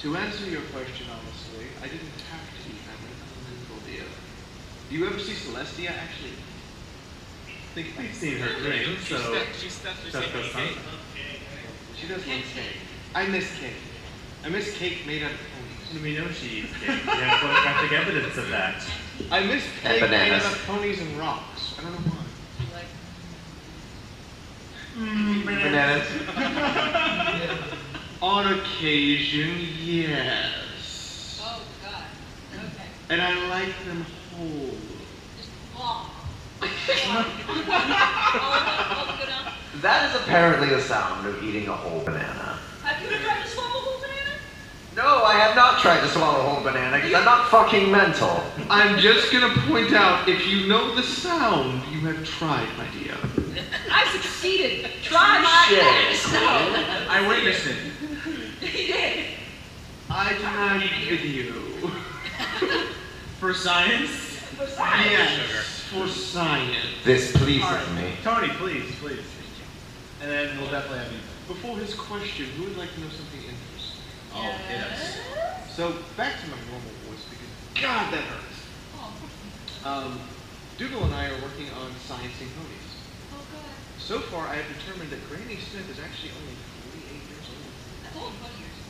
To answer your question honestly, I didn't have to eat. I went on the deal. Do you ever see Celestia actually? I think
I've seen her drink,
She
so
stuck- she stuck-
that goes on.
She does love cake. I miss cake. I miss cake made out of ponies.
We know she eats
*laughs*
cake. We have photographic evidence of that.
I miss
And
cake made
bananas.
out of ponies and rocks. I don't know why.
*laughs*
Mm,
Bananas. On occasion, yes.
Oh, God. Okay.
And I like them whole.
*laughs*
Long. All all good on?
That is apparently the sound of eating a whole banana.
Have you ever tried to swallow a whole banana?
No, I have not tried to swallow a whole banana because I'm not fucking mental.
I'm just gonna point out if you know the sound, you have tried, my dear.
I succeeded. Try my
Shit.
best.
I
*laughs*
witnessed it.
He did.
I denied video.
For science?
For science.
Yes, for science.
This pleases me.
Tony, please, please.
And then we'll definitely have you. Before his question, who would like to know something interesting?
Oh, yes.
So back to my normal voice because God that hurts.
Oh,
Um, Dougal and I are working on sciencing ponies.
Oh, God.
So far, I have determined that Granny Smith is actually only 48 years old,
That's old bunny ears.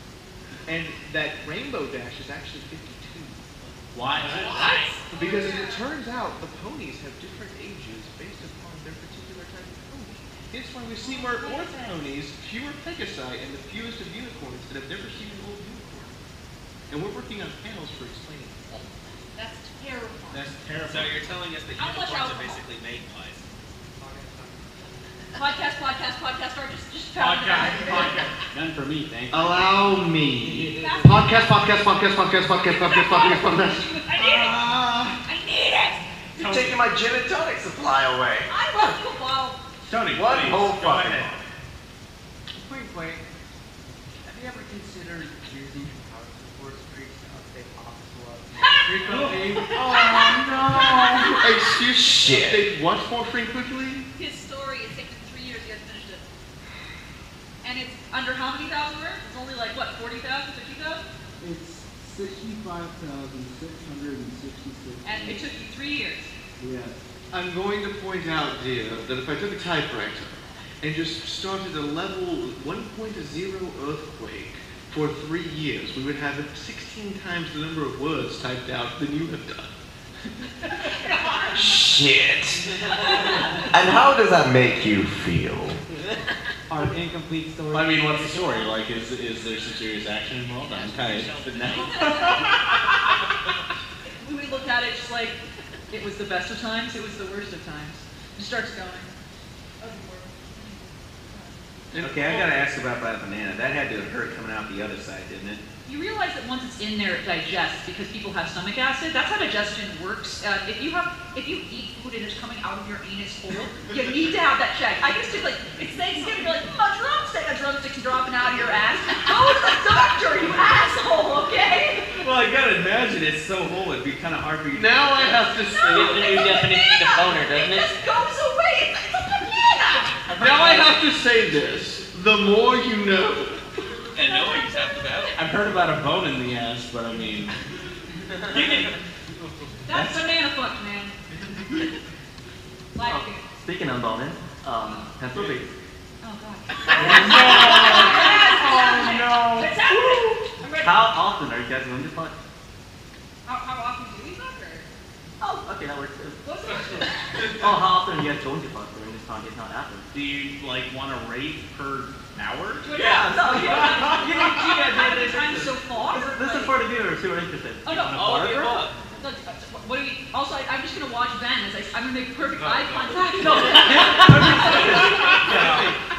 and that Rainbow Dash is actually 52.
Why?
What?
Because as it turns out, the ponies have different ages based upon their particular type of pony. It's why we see more orphan ponies, fewer pegasi, and the fewest of unicorns, and have never seen an old unicorn. And we're working on panels for explaining all of that.
That's terrifying.
That's
So you're telling us that
How much
unicorns
alcohol?
are basically magpies.
Podcast, podcast, podcast, or just, just pound it out.
None for me, thank you.
Allow me. Podcast, podcast, podcast, podcast, podcast, podcast, podcast, podcast.
I need it. I need it.
You're taking my gin and tonic supply away.
I love you, Bob.
Tony,
One
please,
Oh,
whole
go
fucking
ahead.
bottle.
Quick, quick. Have you ever considered using power force creeks to update
*laughs*
Ocelot? Frequently? Oh, no!
Excuse
Shit.
They watch more frequently?
His story is taken three years. He hasn't finished it. And it's under how many thousand words? It's only like, what, 40,000, 50,000?
It's sixty-five thousand six hundred and sixty-six.
And it took you three years.
Yes.
I'm going to point out, dear, that if I took a typewriter and just started a level 1.0 earthquake for three years, we would have 16 times the number of words typed out than you have done.
Shit. *laughs* And how does that make you feel?
Our incomplete story.
I mean, what's the story? Like, is, is there some serious action involved? I'm
*laughs*
tired. Good night.
We would look at it just like it was the best of times, it was the worst of times. It starts going.
Okay, I gotta ask about that banana. That had to hurt coming out the other side, didn't it?
You realize that once it's in there, it digests because people have stomach acid. That's how digestion works. Uh, if you have, if you eat food and it's coming out of your anus hole, you need to have that checked. I used to like, it's Thanksgiving, you're like, oh, a drumstick, a drumstick's dropping out of your ass. Go to the doctor, you asshole, okay?
Well, I gotta imagine it's so whole, it'd be kinda hard for you.
Now I have to say.
No,
It's a new
definition of boner, doesn't it?
Goes away. It's, it's a banana.
Now I have to say this the more you know.
And no one's after that.
I've heard about a bone in the ass, but I mean,
That's banana fucked, man. Like it.
Speaking of boning, um, pencil please.
Oh god.
Oh, no.
It's happening. I'm ready.
How often are you guys going to fuck?
How, how often do we fuck or?
Oh, okay, that works too.
What's the question?
Oh, how often are you guys going to fuck during this time, if not after?
do you like want a rate per hour?
Yeah.
No, you don't- you don't do that.
Yeah, yeah, yeah.
Times so far.
This- This is for the viewers who are interested.
Oh no!
All of the above.
Look, what do we? Also, I, I'm just gonna watch Ben as I, I'm gonna make perfect eye contact.
No.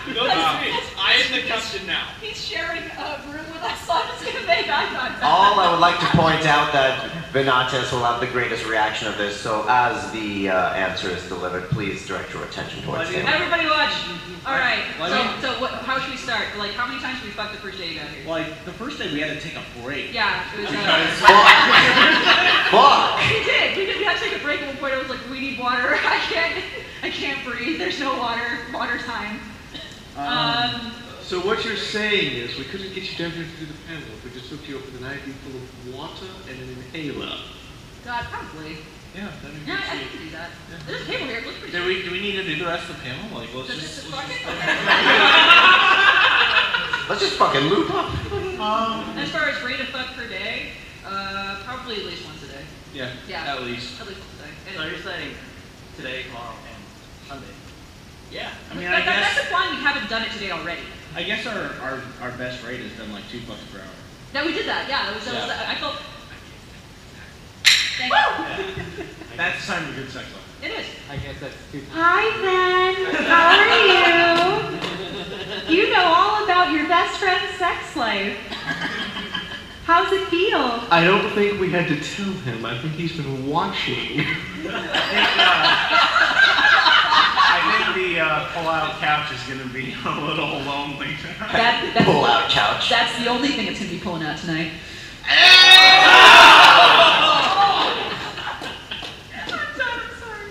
No, it's- I am the captain now.
He's sharing a room with us, so I'm just going to make eye contact.
All I would like to point out that Benates will have the greatest reaction of this, so as the uh, answer is delivered, please direct your attention towards him.
Everybody watch. All right.
Why
So,
not?
so what, how should we start? Like, how many times did we fuck the first day you got here?
Like the first day we had to take a break.
Yeah, it was. uh,
Because-
Fuck.
*laughs* We did. We did. We had to take a break at one point. I was like, we need water. *laughs* I can't. I can't breathe. There's no water. Water time. Um.
So what you're saying is we couldn't get you down here to do the panel if we just hooked you up with an IV full of water and an inhaler.
God, probably.
Yeah, that'd
Yeah, I can do that. There's a table here. It looks pretty.
Do we do we need to do the rest of the panel? Like let's
Does
just
*laughs* this fuck it?
Let's just fucking loop up.
Um,
As far as rate of fuck per day, uh, probably at least once a day.
Yeah,
Yeah.
at least.
At least once a day.
So you're saying today, tomorrow, and Sunday. Yeah, I mean,
That-
I
that-
guess,
That's applying we haven't done it today already.
I guess our, our, our best rate has been like two bucks per hour.
That we did that, yeah, that was, that was,
Yeah.
I felt. Thank you.
That's time for good sex life.
It is.
I guess that's too.
Hi, Ben. How are you? You know all about your best friend's sex life. How's it feel?
I don't think we had to tell him. I think he's been
*laughs*
watching.
I think the uh, pull-out couch is going to be a little lonely.
That, that's.
Pull-out couch.
That's the only thing that's gonna be pulling out tonight.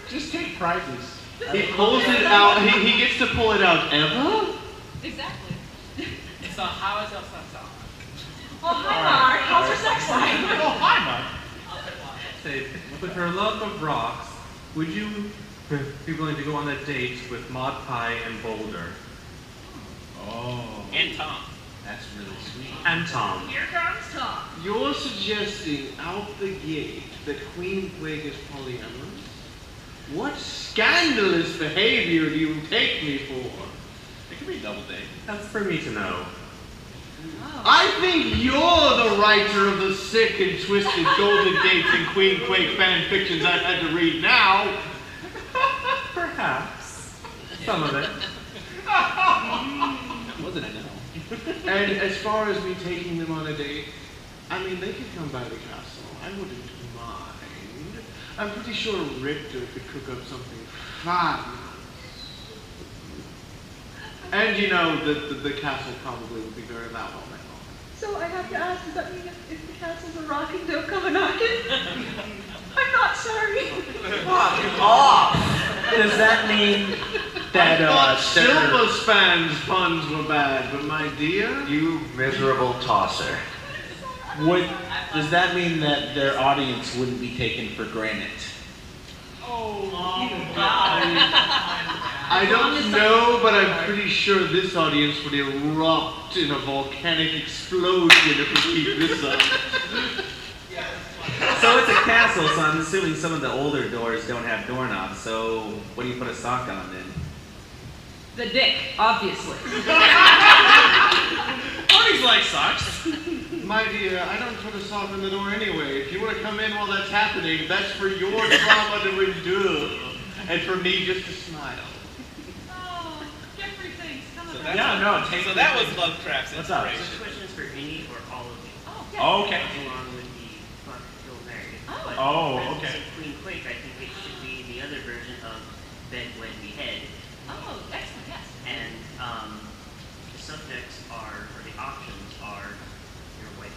Just take prizes.
He pulls it out. He, he gets to pull it out ever.
Exactly.
So how is your sex life?
Oh, hi, Mark. How's your sex life?
Oh, hi, Mark.
Say, with her love of rocks, would you *laughs* be willing to go on a date with Mod Pie and Boulder?
Oh.
and Tom.
That's really sweet.
And Tom.
Here comes Tom.
You're suggesting out the gate that Queen Plague is polyamorous? What scandalous behavior do you take me for?
It could be double date.
That's for me to know.
I think you're the writer of the sick and twisted golden dates and Queen Quake fan fictions I've had to read now. *laughs*
Perhaps. Some of it.
That wasn't a no.
And as far as me taking them on a date, I mean, they could come by the castle. I wouldn't mind. I'm pretty sure Richter could cook up something fabulous. And you know, the, the, the castle probably would be very loud all night long.
So I have to ask, does that mean if, if the castles are rocking, don't come a knocking? I'm not sorry.
Fuck off!
Does that mean
that,
I
uh,
thought
they're-
Silver Span's puns were bad, but my dear,
You miserable tosser.
Would, does that mean that their audience wouldn't be taken for granted?
Oh,
Uh,
I don't know, but I'm pretty sure this audience would erupt in a volcanic explosion if we keep this up.
So it's a castle, so I'm assuming some of the older doors don't have doorknobs. So what do you put a sock on then?
The dick, obviously.
Parties like socks.
My dear, I don't put a sock on the door anyway. If you want to come in while that's happening, that's for your trauma to endure, and for me just to smile.
Oh, Jeffrey, thanks. Come
So
on.
that's
back.
what- so that was Lovecraft's
What's up?
inspiration.
This question is for any or all of you.
Oh,
yeah. Oh, okay.
Along with the fuck, kill, marry.
Oh.
But
Oh,
since
okay.
it's Queen Quake, I think it should be the other version of bed, wed, behead.
Oh, excellent, yes.
And um, the subjects are, or the options are your wife's.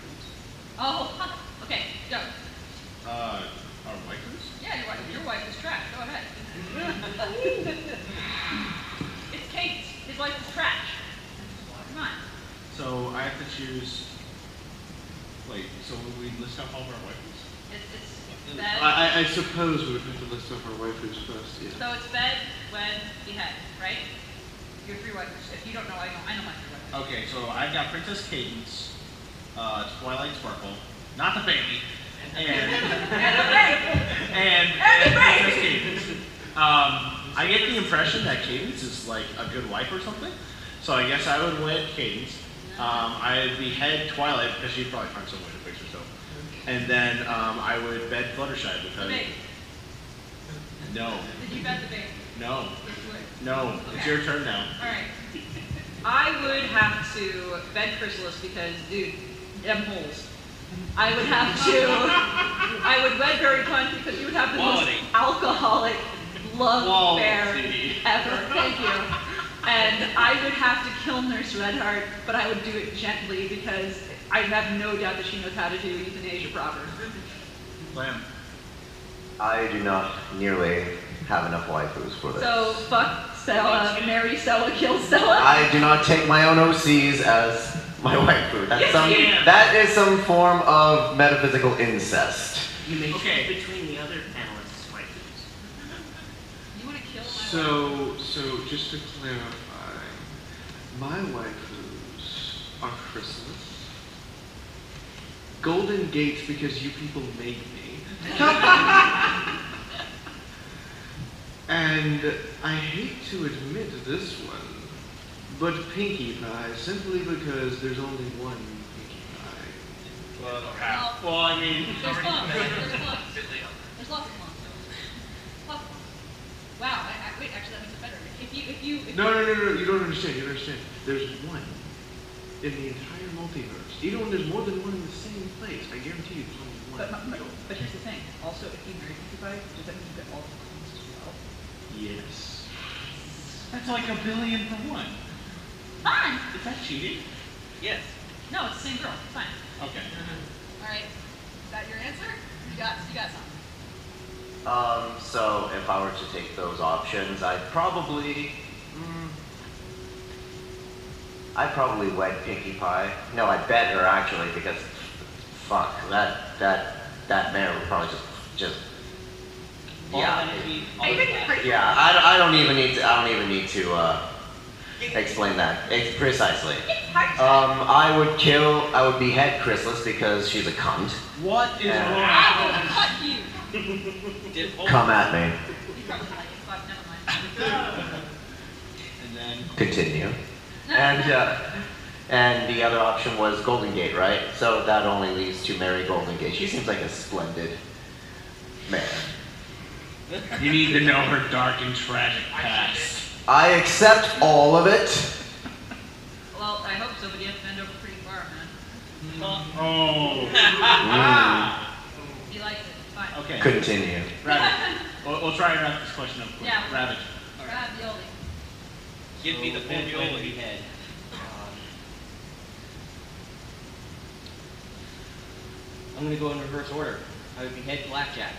Oh, okay, go.
Uh, our wipers?
Yeah, your wife, your wife is trash, go ahead. It's Kate, his wife is trash. Come on.
So I have to choose. Wait, so would we list off all of our wipers?
It's, it's
I,
bed,
I, I suppose we would have to list off our waifus first, yeah.
so it's bed, when, behead, right? Your three wives, if you don't know, I know, I know my three wives.
Okay, so I've got Princess Cadence, uh, Twilight Sparkle, not the baby, and
*laughs*
and, and Princess Cadence. Um, I get the impression that Cadence is like a good wife or something, so I guess I would wed Cadence. Um, I would behead Twilight because she'd probably find some way to fix herself, and then um, I would bed Fluttershy
The
because
baby,
no,
did you bet the baby?
no,
Yes, you would.
no, it's your turn now.
Alright. I would have to bed Chrysalis because, dude, them holes. I would have to. I would wed Barry Punch because you would have the
Quality.
most alcoholic love affair
Quality.
ever. Thank you. And I would have to kill Nurse Redheart, but I would do it gently because I have no doubt that she knows how to do euthanasia proper.
Lamb.
I do not nearly have enough waifus for this.
So fuck Stella, marry Stella, kill Stella.
I do not take my own OCs as my *laughs* waifu. That's
Yes,
some,
you do.
that is some form of metaphysical incest.
You may
Okay.
choose between the other panelists' wife's.
You wanna kill
So, so just to clarify, my waifus are Chrysalis, Golden Gates because you people made me. and I hate to admit this one, but Pinkie Pie, simply because there's only one Pinkie Pie.
Well, well I mean,
There's lots. There's lots. There's lots of lots. Lots of lots. Wow. I, I, wait, actually, that makes it better. If you, if you, if
No,
you,
no, no, no, you don't understand, you don't understand. There's one in the entire multiverse. Even when there's more than one in the same place, I guarantee you there's
But, my-
only one.
my- but here's the thing, also, if you marry Pinkie Pie, does that mean you get all the clones as well?
Yes.
That's like a billion for one.
Fine!
Is that cheating?
Yes. No, it's the same girl, it's fine.
Okay.
all right. Is that your answer? You got, you got something.
Um, so if I were to take those options, I'd probably, mm, I'd probably wed Pinkie Pie. No, I'd bet her actually because, fuck, that that that man would probably just just. Yeah. Yeah, I, I don't even need to. I don't even need to uh, explain that Ex- precisely. Um, I would kill. I would behead Chrysalis because she's a cunt.
What is
Yeah.
wrong?
I will cut you.
Come at me.
You probably like it, but never mind.
And then
Continue. And uh, and the other option was Golden Gate, right? So that only leaves to Mary Golden Gate. She seems like a splendid man.
You need to know her dark and tragic past.
I accept all of it.
*laughs* Well, I hope so, but you have to bend over pretty far, man.
Oh.
He likes it, it's fine.
Okay.
Mm. Continue.
*laughs*
Rabbit. We'll, we'll try and wrap this question up quick.
Yeah.
Rabbit.
Ravioli.
Give me the Um,
So,
full
full
violi.
head.
I'm gonna go in reverse order. I would behead Blackjack.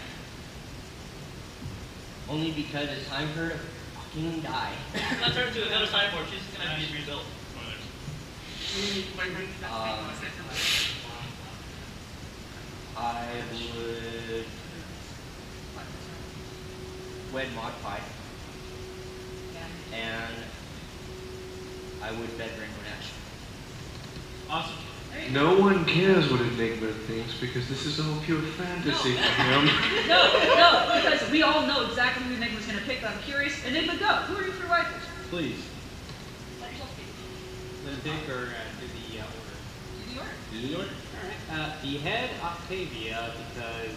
Only because it's time for her to fucking die.
Let's turn to another cyborg. She's gonna have to be rebuilt.
Um, I would wed Mod Pie. And I would bed Rainbow Dash.
Awesome.
No one cares what Enigma thinks because this is all pure fantasy for him.
*laughs* No, no, because we all know exactly who Enigma's gonna pick, but I'm curious. Enigma, go. Who are your three rifles?
Please.
Let yourself be.
Then pick or uh, do the uh, order.
Do the order.
Alright, uh, behead Octavia because,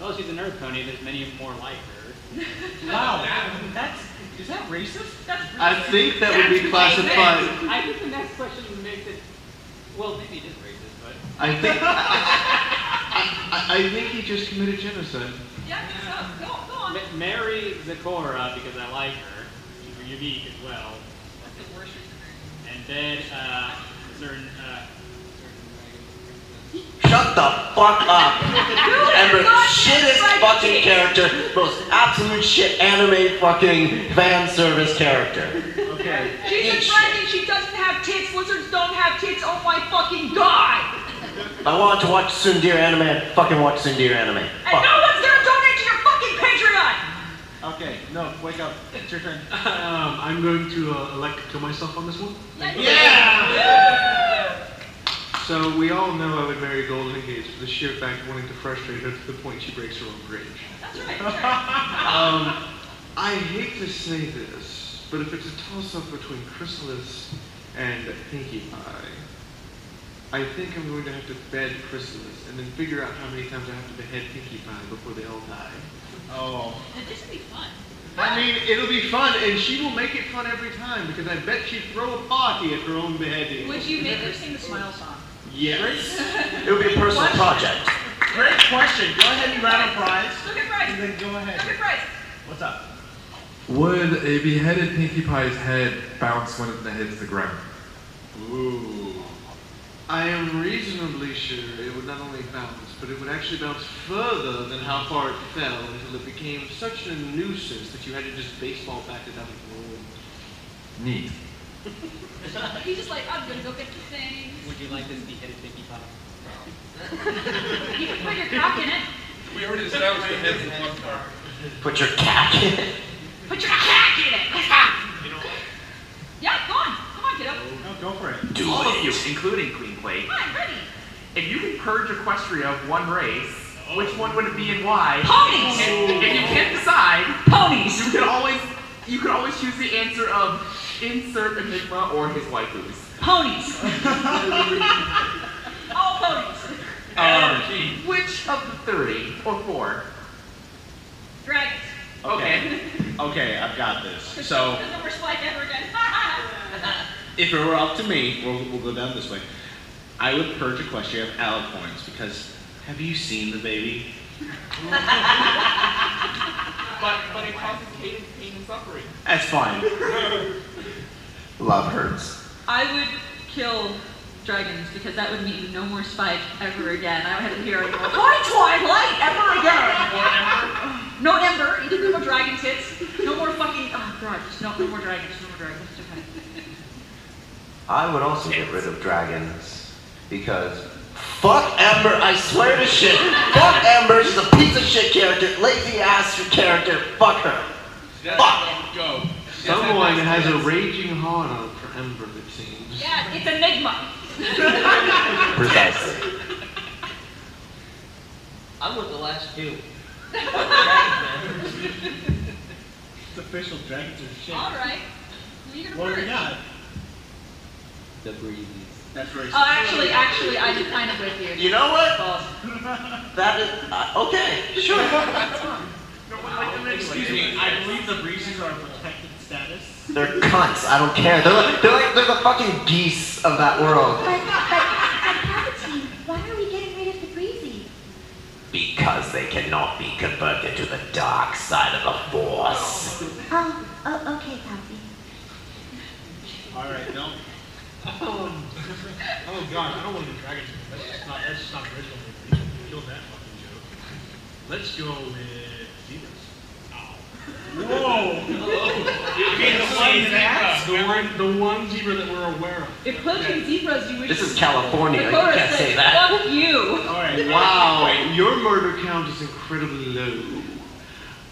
well, she's a nerd pony, there's many more
*laughs*
like her.
Wow, that's, is that racist?
That's
I think that would be classified.
I think the next question makes it, well, maybe it is racist, but.
I think. I, I, I think he just committed genocide.
Yeah, good stuff. Go, go on.
Ma- Marry Zakora because I like her, she's unique as well,
That's the worst reason.
and then, uh, certain, uh,
Shut the fuck up. Ember, shittest fucking character, most absolute shit anime fucking fan service character.
Okay.
She's a friend and she doesn't have tits. Lizards don't have tits. Oh my fucking god!
I want to watch Sundir anime and fucking watch Sundir anime.
And no one's gonna donate to your fucking Patreon!
Okay, no, wake up, it's your turn.
um, I'm going to uh, elect to kill myself on this one. So we all know I would marry Golden Gates for the sheer fact of wanting to frustrate her to the point she breaks her own bridge.
That's right.
*laughs*
Sure.
Um, I hate to say this, but if it's a toss-up between Chrysalis and Pinkie Pie, I think I'm going to have to bed Chrysalis and then figure out how many times I have to behead Pinkie Pie before they all die.
Oh.
And this would be fun.
I mean, it'll be fun, and she will make it fun every time because I bet she'd throw a party at her own beheading.
Would you make her sing the smile song?
Yes.
It would be a personal project.
Great question, go ahead and round a prize.
Look at Bryce.
And then go ahead.
Look at Bryce.
What's up?
Would a beheaded Pinkie Pie's head bounce when it hits the ground?
Ooh. I am reasonably sure it would not only bounce, but it would actually bounce further than how far it fell until it became such a nuisance that you had to just baseball bat it out of the room.
Neat.
He's just like, I'm gonna go get the thing.
would you like this beheaded Pinkie Pie?
You can put your cock in it.
We already established the heads of one car.
Put your cat in it.
Put your cock in it. yeah, go on. Come on, kiddo.
No, go for it.
Do
All of
it.
you, including Queen Quake.
Come on, ready.
If you could purge Equestria of one race,
Oh.
which one would it be and
Oh.
why?
Ponies!
And If you can't decide,
Ponies!
You can always you can always choose the answer of insert enigma or his waifus.
*laughs*
Ponies!
All ponies.
Um, which of the thirty or four?
Dragons.
Okay.
Okay, I've got this.
So
The numbers like ever again.
if it were up to me, we'll, we'll go down this way. I would purge Equestria of Alicorns because have you seen the baby?
But but it causes cadence pain and suffering.
That's fine.
Love hurts.
*laughs* I would kill dragons because that would mean no more Spike ever again. I would have to hear anymore. Hi, Twilight, ever again. No Ember. Either no more dragon tits. No more fucking. Oh god, just no, no more dragons. No more dragons. It's okay.
I would also get rid of dragons because fuck Ember, I swear to shit. fuck Ember, she's a piece of shit character, lazy ass character. Fuck her.
Fuck! Go.
Someone has a raging hard on for Ember, it seems.
Yeah, it's enigma.
Precisely.
I'm with the last two.
It's official, dragons are shit.
All right. Who you gonna
What do we
purge?
got?
The breezies.
That's racist.
Oh, actually, actually, I did kind of with you.
You know what?
Balls.
That is uh, okay. Sure.
Excuse me, I believe the breezes are a protected status.
They're cunts. I don't care. They're like, they're like they're the fucking geese of that world.
But, but, Palpatine, why are we getting rid of the breezy?
Because they cannot be converted to the dark side of the force.
Oh, oh okay, Palpatine.
All right, don't. Um, *laughs* oh god, I don't want to do dragons. That's just not. That's just not original. We killed that fucking joke. Let's go with Venus. *laughs* Whoa! the one, the one zebra that we're aware of.
If poaching zebras, you wish.
This is California. You can't say that.
Fuck you.
All right.
Wow, your murder count is incredibly low.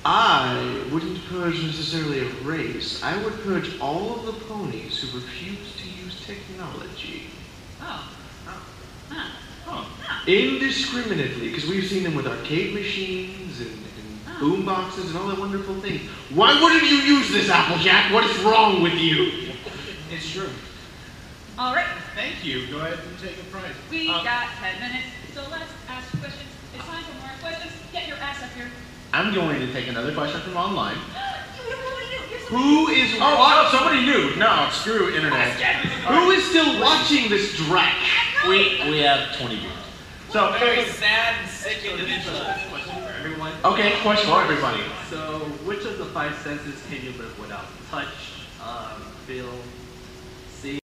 I wouldn't purge necessarily a race. I would purge all of the ponies who refuse to use technology.
Oh.
Indiscriminately, because we've seen them with arcade machines and, and boom boxes and all that wonderful thing. Why wouldn't you use this, Applejack? What is wrong with you?
It's true.
All right.
Thank you. Go ahead and take a prize.
We
Um,
got 10 minutes, so let's ask questions. It's time for more questions. Get your ass up here. *gasps*
I'm going to take another question from online.
Who is
Oh, oh, somebody knew. No, screw internet.
Who is still watching this drac?
We we have 20 viewers. So
very sad and sick individual.
Everyone.
Okay, question for everybody.
So, which of the five senses can you live without? Touch, um, feel, see.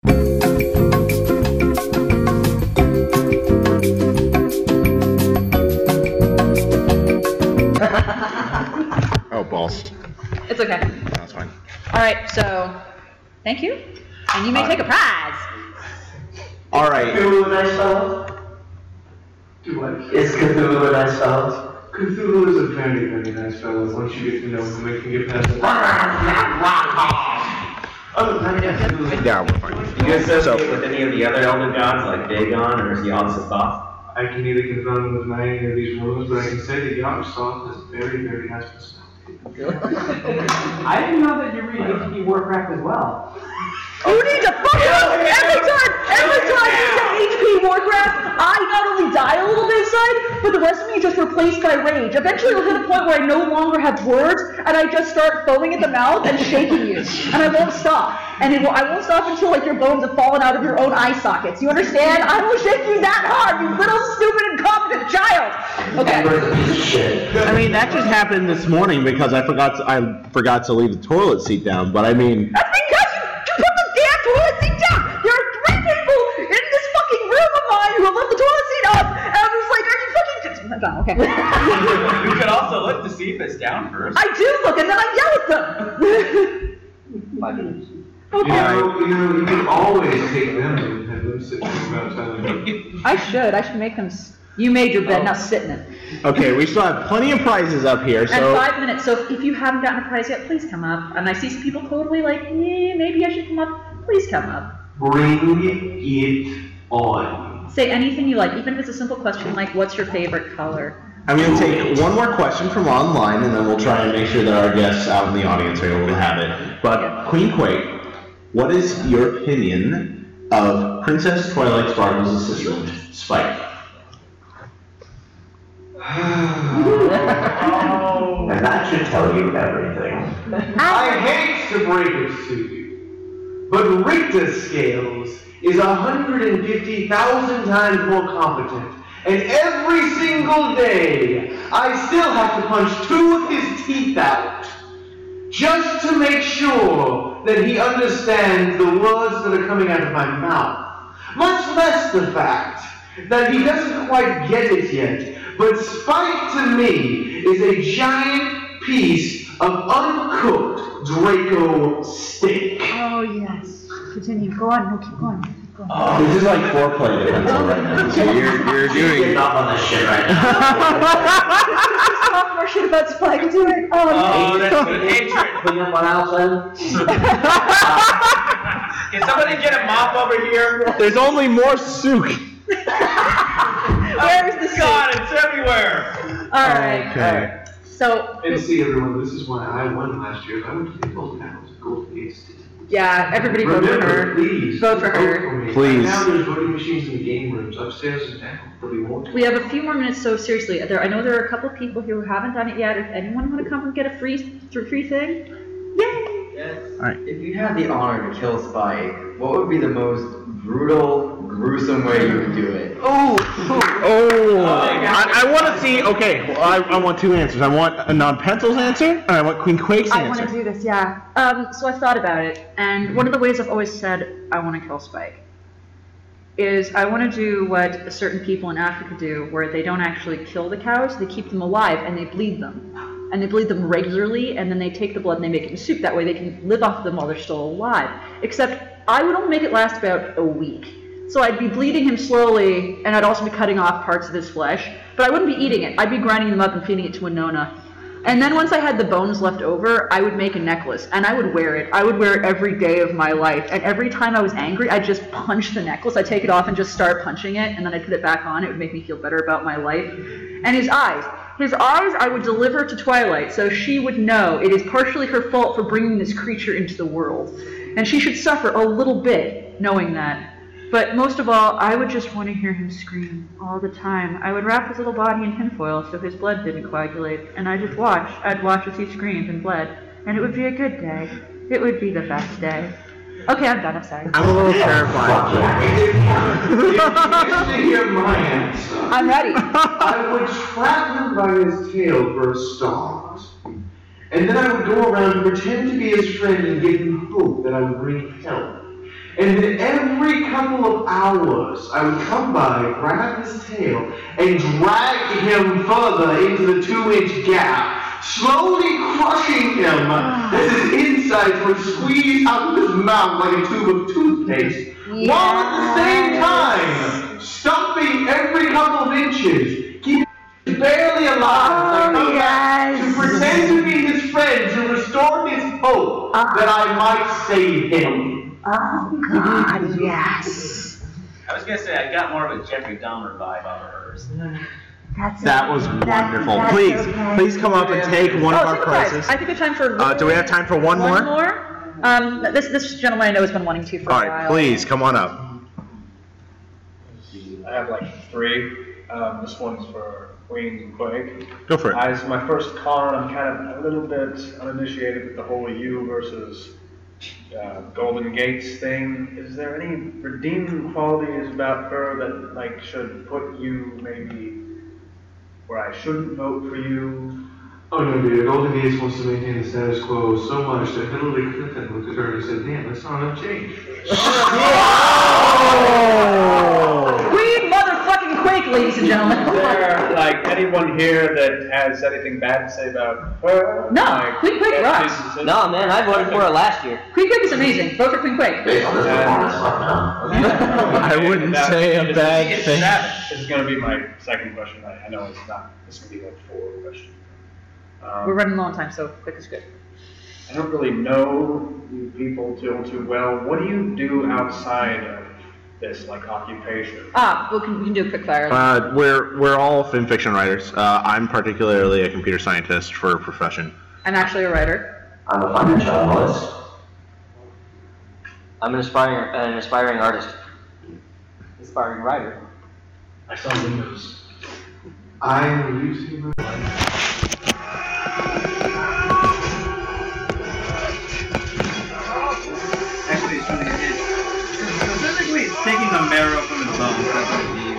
Oh, balls.
It's okay.
That's fine.
All right, so thank you. And you may take a prize.
All right.
Cthulhu a nice fellow? Do I? Is Cthulhu a nice fellow? Cthulhu is a very, very nice fellow once you get to know him and can get past *laughs* Oh, the. Other than that, Cthulhu.
Yeah, we're fine.
Do you associate with any of the other elder gods like Dagon or is Yog Sothoth? I can neither confirm with my any of these rumors, but I can say that Yog Sothoth is a very, very nice personality.
I didn't know that you read HP Warcraft as well.
Who needs a fucking every time? Every time you say HP Warcraft, I not only die a little bit inside, but the rest of me just replaced by rage. Eventually, it'll hit a point where I no longer have words, and I just start foaming at the mouth and shaking you, and I won't stop. And it will, I won't stop until like your bones have fallen out of your own eye sockets. You understand? I will shake you that hard, you little stupid incompetent child. Okay.
I mean, that just happened this morning because I forgot to, I forgot to leave the toilet seat down. But I mean,
That's because you, you put the damn toilet seat down. There are three people in this fucking room of mine who have left the toilet seat up, and I'm just like, are you fucking? Oh, okay.
you could also look to see if it's down first.
I do look, and then I yell at them.
You know, you know, you can always take them and have them sit down about telling you.
I should. I should make them. S- you made your bed. Now sit in it.
okay, we still have plenty of prizes up here.
and
So
five minutes. So if you haven't gotten a prize yet, please come up. And I see some people totally like, eh, maybe I should come up. Please come up.
Bring it on.
Say anything you like, even if it's a simple question like, what's your favorite color?
I'm going to take one more question from online, and then we'll try and make sure that our guests out in the audience are able to have it. But Queen Quake, what is your opinion of Princess Twilight Sparkle's assistant,
*sighs*
Spike?
And that should tell you everything. I hate to break it to you, but Richter Scales is 150,000 times more competent. And every single day, I still have to punch two of his teeth out just to make sure that he understands the words that are coming out of my mouth. Much less the fact that he doesn't quite get it yet, but Spike to me is a giant piece of uncooked Draco steak.
Oh, yes. Continue. Go on. No, keep going. Keep going.
Oh,
This is like foreplay difference right now. So you're, you're doing. Getting
off on this shit right now.
Talk more shit about Spike. Do it. Oh,
Oh, that's good. Clean up on outside.
*laughs* Can somebody get a mop over here?
There's only more souk.
Where's the
God, it's everywhere.
All right.
Okay.
So,
And see everyone, this is why I won last year. If I went to the gold medals, gold is
yeah, everybody vote for
Remember,
her.
please.
Vote for her.
me.
Please.
Right now there's voting machines in the game rooms upstairs and down. There'll be more.
We have a few more minutes, so seriously, there, I know there are a couple people here who haven't done it yet. If anyone want to come and get a free, free thing,
If you had the honor to kill Spike, what would be the most brutal, gruesome way you would do it?
Oh, oh! I, I want to see. Okay, well, I, I want two answers. I want a non-pencil's answer, and I want Queen Quake's
I want
answer.
to do this, yeah. Um, so I've thought about it, and one of the ways I've always said I want to kill Spike is I want to do what certain people in Africa do, where they don't actually kill the cows, they keep them alive and they bleed them. And they bleed them regularly, and then they take the blood and they make it into soup. That way they can live off them while they're still alive. Except I would only make it last about a week. So I'd be bleeding him slowly, and I'd also be cutting off parts of his flesh, but I wouldn't be eating it. I'd be grinding them up and feeding it to Winona. And then once I had the bones left over, I would make a necklace and I would wear it. I would wear it every day of my life. And every time I was angry, I'd just punch the necklace. I'd take it off and just start punching it. And then I'd put it back on. It would make me feel better about my life. And his eyes. His eyes I would deliver to Twilight so she would know it is partially her fault for bringing this creature into the world. And she should suffer a little bit knowing that. But most of all, I would just want to hear him scream all the time. I would wrap his little body in tinfoil so his blood didn't coagulate, and I just watched. I'd watch as he screamed and bled, and it would be a good day. It would be the best day. Okay, I'm done. I'm sorry.
I'm a little
terrified. Hear my answer.
I'm ready. *laughs*
I would trap him by his tail for a start. And then I would go around and pretend to be his friend and give him hope that I would bring help. And then every couple of hours, I would come by, grab his tail, and drag him further into the two-inch gap, slowly crushing him as his insides would squeeze out of his mouth like a tube of toothpaste, while at the same time stumping every couple of inches, keeping him barely alive,
Oh,
like come back to pretend to be his friend to restore his hope
Uh-huh.
that I might save him.
Oh, God, yes.
I was gonna say I got more of a Jeffrey Dahmer vibe out of hers.
That's
That was wonderful. Please, please come up and take one of
Oh,
our
it's okay.
prizes.
I think it's time for.
Uh, do we have time for one more?
One more? Um, this this gentleman I know has been wanting to for
All
a while.
right, please come on up.
I have like three. Um, this one's for Queens and Quake.
Go for it.
I, it's my first con. I'm kind of a little bit uninitiated with the whole U versus uh, Golden Gates thing. Is there any redeeming qualities about her that like should put you maybe where I shouldn't vote for you?
Oh no, dude, Golden Gates wants to maintain the status quo so much that Hillary Clinton looked at her and said, damn, that's not enough change.
Queen motherfucking Quake, ladies and gentlemen.
Is there like anyone here that has anything bad to say about her?
No,
Like,
Queen Quake
that
rocks.
she's-
No, man, I voted for it last year.
Queen Quake is amazing. Vote for Queen Quake.
I
wouldn't say a bad thing.
This is gonna be my second question. I, I know it's not. This is gonna be like four question. Um,
We're running low on time, so quick is good.
I don't really know you people too too well. What do you do outside of
this like occupation.
Ah, we can, we can do a quick fire.
Uh, we're we're all film fiction writers. Uh, I'm particularly a computer scientist for a profession.
I'm actually a writer.
I'm a financial analyst.
I'm an aspiring an aspiring artist.
Aspiring writer.
I saw windows. I am using my life.
Actually, it's something it is. Specifically, it's taking the marrow from his bones. That's what it is.